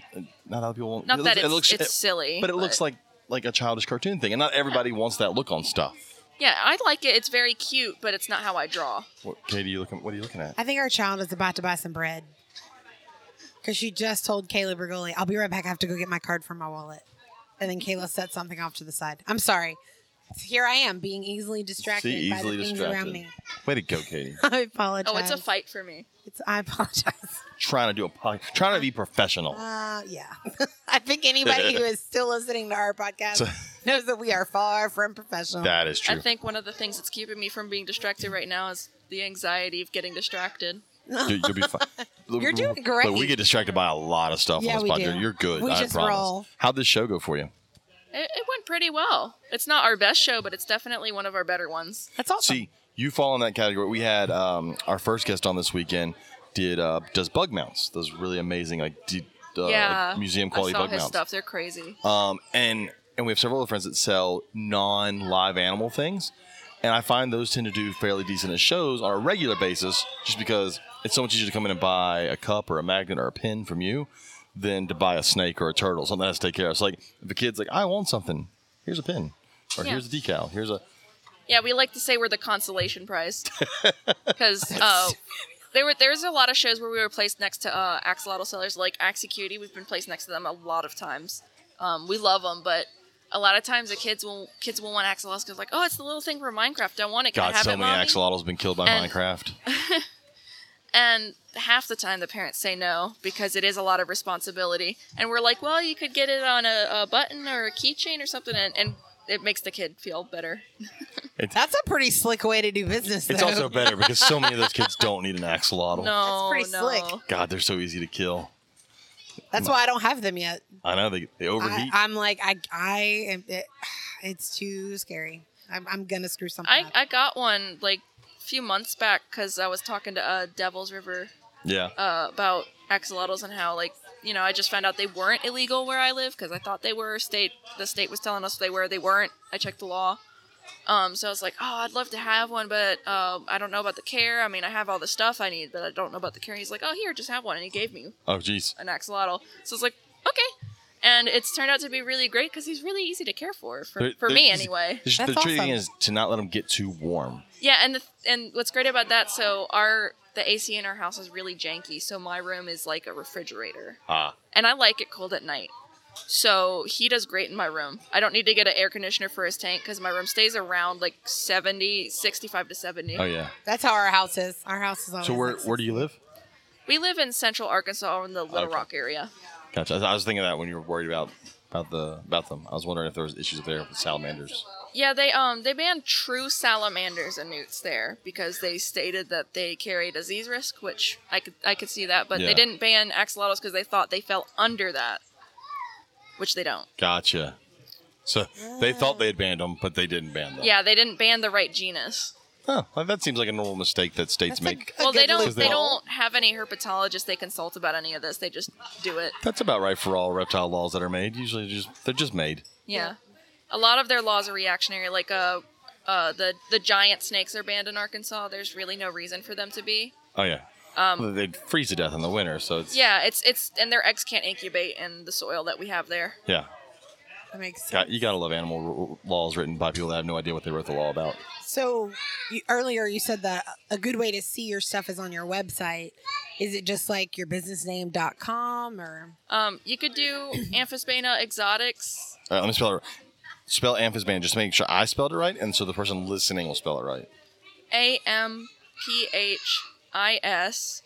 not a lot of people won't- Not that it's, looks- it's silly, but it looks like like a childish cartoon thing, and not everybody wants that look on stuff. yeah, I like it. It's very cute, but it's not how I draw. What, Katie, you looking? What are you looking at? I think our child is about to buy some bread because she just told Kayla Bergoli, "I'll be right back. I have to go get my card from my wallet." And then Kayla set something off to the side. I'm sorry. Here I am being easily distracted See, by the easily things around distracted. me. Way to go, Katie. I apologize. Oh, it's a fight for me. It's- I apologize. trying to do a pod, trying to be professional. Uh, yeah. I think anybody who is still listening to our podcast knows that we are far from professional. That is true. I think one of the things that's keeping me from being distracted right now is the anxiety of getting distracted. you, will be fine. You're doing great. we get distracted by a lot of stuff Yeah, on we this podcast. do. You're- You're good. We I just promise. roll. How'd this show go for you? It, it went pretty well. It's not our best show, but it's definitely one of our better ones. That's awesome. See, you fall in that category. We had um, our first guest on this weekend. Did uh, does bug mounts? Those really amazing, like de- uh, like yeah, museum quality I saw bug his mounts. stuff. They're crazy. Um, and and we have several other friends that sell non live animal things, and I find those tend to do fairly decent at shows on a regular basis, just because it's so much easier to come in and buy a cup or a magnet or a pin from you than to buy a snake or a turtle, something that has to take care of. It's like if a kid's like, I want something, here's a pin, or Yeah. here's a decal, here's a Yeah, we like to say we're the consolation prize because uh, there were there's a lot of shows where we were placed next to uh, axolotl sellers like Axie We've been placed next to them a lot of times. Um, we love them, but a lot of times the kids will kids will want axolotls because like, oh, it's the little thing from Minecraft. I want it. Can I God, have so it, many mommy? axolotls been killed by And- Minecraft. And half the time the parents say no because it is a lot of responsibility. And we're like, well, you could get it on a, a button or a keychain or something, and, and it makes the kid feel better. That's a pretty slick way to do business, though. It's also better because so many of those kids don't need an axolotl. No, pretty no. slick. God, they're so easy to kill. That's why I don't have them yet. I know they, they I, overheat. I'm like, I, I am. It, it's too scary. I'm, I'm gonna screw something I, up. I got one like a few months back because I was talking to uh, Devil's River yeah. uh, about axolotls and how like you know I just found out they weren't illegal where I live because I thought they were. State the state was telling us they were. They weren't. I checked the law. Um, so I was like, oh, I'd love to have one, but um, I don't know about the care. I mean, I have all the stuff I need, but I don't know about the care. He's like, oh, here, just have one, and he gave me Oh, jeez. an axolotl. So I was like, okay. And it's turned out to be really great because he's really easy to care for, for, They're- for they're me easy- anyway. They're, they're That's treating awesome. it as to not let them get too warm. Yeah, and the, and what's great about that, so our the AC in our house is really janky, so my room is like a refrigerator. Ah. And I like it cold at night. So he does great in my room. I don't need to get an air conditioner for his tank because my room stays around like 70, 65 to 70. Oh yeah. That's how our house is. Our house is always. So where like where do you live? We live in central Arkansas in the Little Okay. Rock area. Gotcha. I was thinking that when you were worried about about the about them. I was wondering if there was issues there with salamanders. Yeah, they um they banned true salamanders and newts there because they stated that they carry disease risk, which I could I could see that, but Yeah. they didn't ban axolotls because they thought they fell under that, which they don't. Gotcha. So they thought they had banned them, but they didn't ban them. Yeah, they didn't ban the right genus. Huh, well, that seems like a normal mistake that states That's a make. g- Well, they good don't loophole. they don't have any herpetologists they consult about any of this. They just do it. That's about right for all reptile laws that are made. Usually, just they're just made. Yeah. A lot of their laws are reactionary. Like uh, uh, the the giant snakes are banned in Arkansas. There's really no reason for them to be. Oh yeah. They'd freeze to death in the winter, so it's Um. Yeah, it's it's and their eggs can't incubate in the soil that we have there. yeah. That makes sense. Got- you gotta love animal r- laws written by people that have no idea what they wrote the law about. So you, earlier you said that a good way to see your stuff is on your website. Is it just like your businessname.com or Um, you could do Amphisbaena exotics. Uh, let me spell it. Right. Spell amphisban. Just make sure I spelled it right, and so the person listening will spell it right. A M P H I S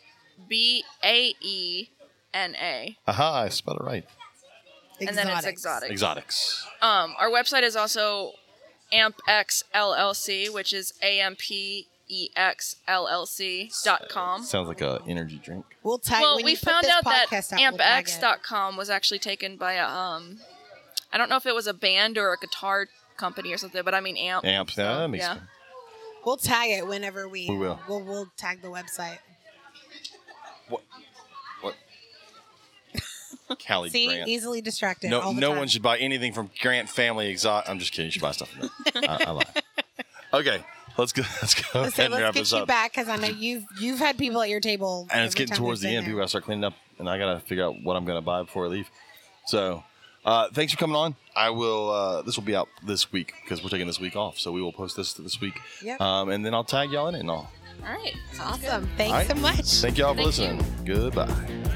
B A E N A. Aha! I spelled it right. exotics? And then it's exotics. Exotics. Um, our website is also AmpX LLC, which is A M P E X L L C dot com. Sounds like a energy drink. We'll tag. Well, when we you put found this out that podcast out, we'll tag it. AmpX.com was actually taken by a, um, I don't know if it was a band or a guitar company or something, but I mean Amp. Amp. Yeah, that makes yeah. sense. We'll tag it whenever we. We will. We'll, we'll tag the website. Callie See, Grant. easily distracted. No, all the no time. one should buy anything from Grant Family Exotic. I'm just kidding. You should buy stuff from them. I, I lie. Okay, let's go. Let's go So ahead and wrap let's this get you up. back because I know you've you've had people at your table. and it's getting every time towards we've the been end. there. People gotta start cleaning up, and I gotta figure out what I'm gonna buy before I leave. So, uh, thanks for coming on. I will. Uh, this will be out this week because we're taking this week off, so we will post this this week. Yep. Um, and then I'll tag y'all in it and all. All right. Awesome. Thanks All right. so much. Thank y'all for Thank listening. Goodbye.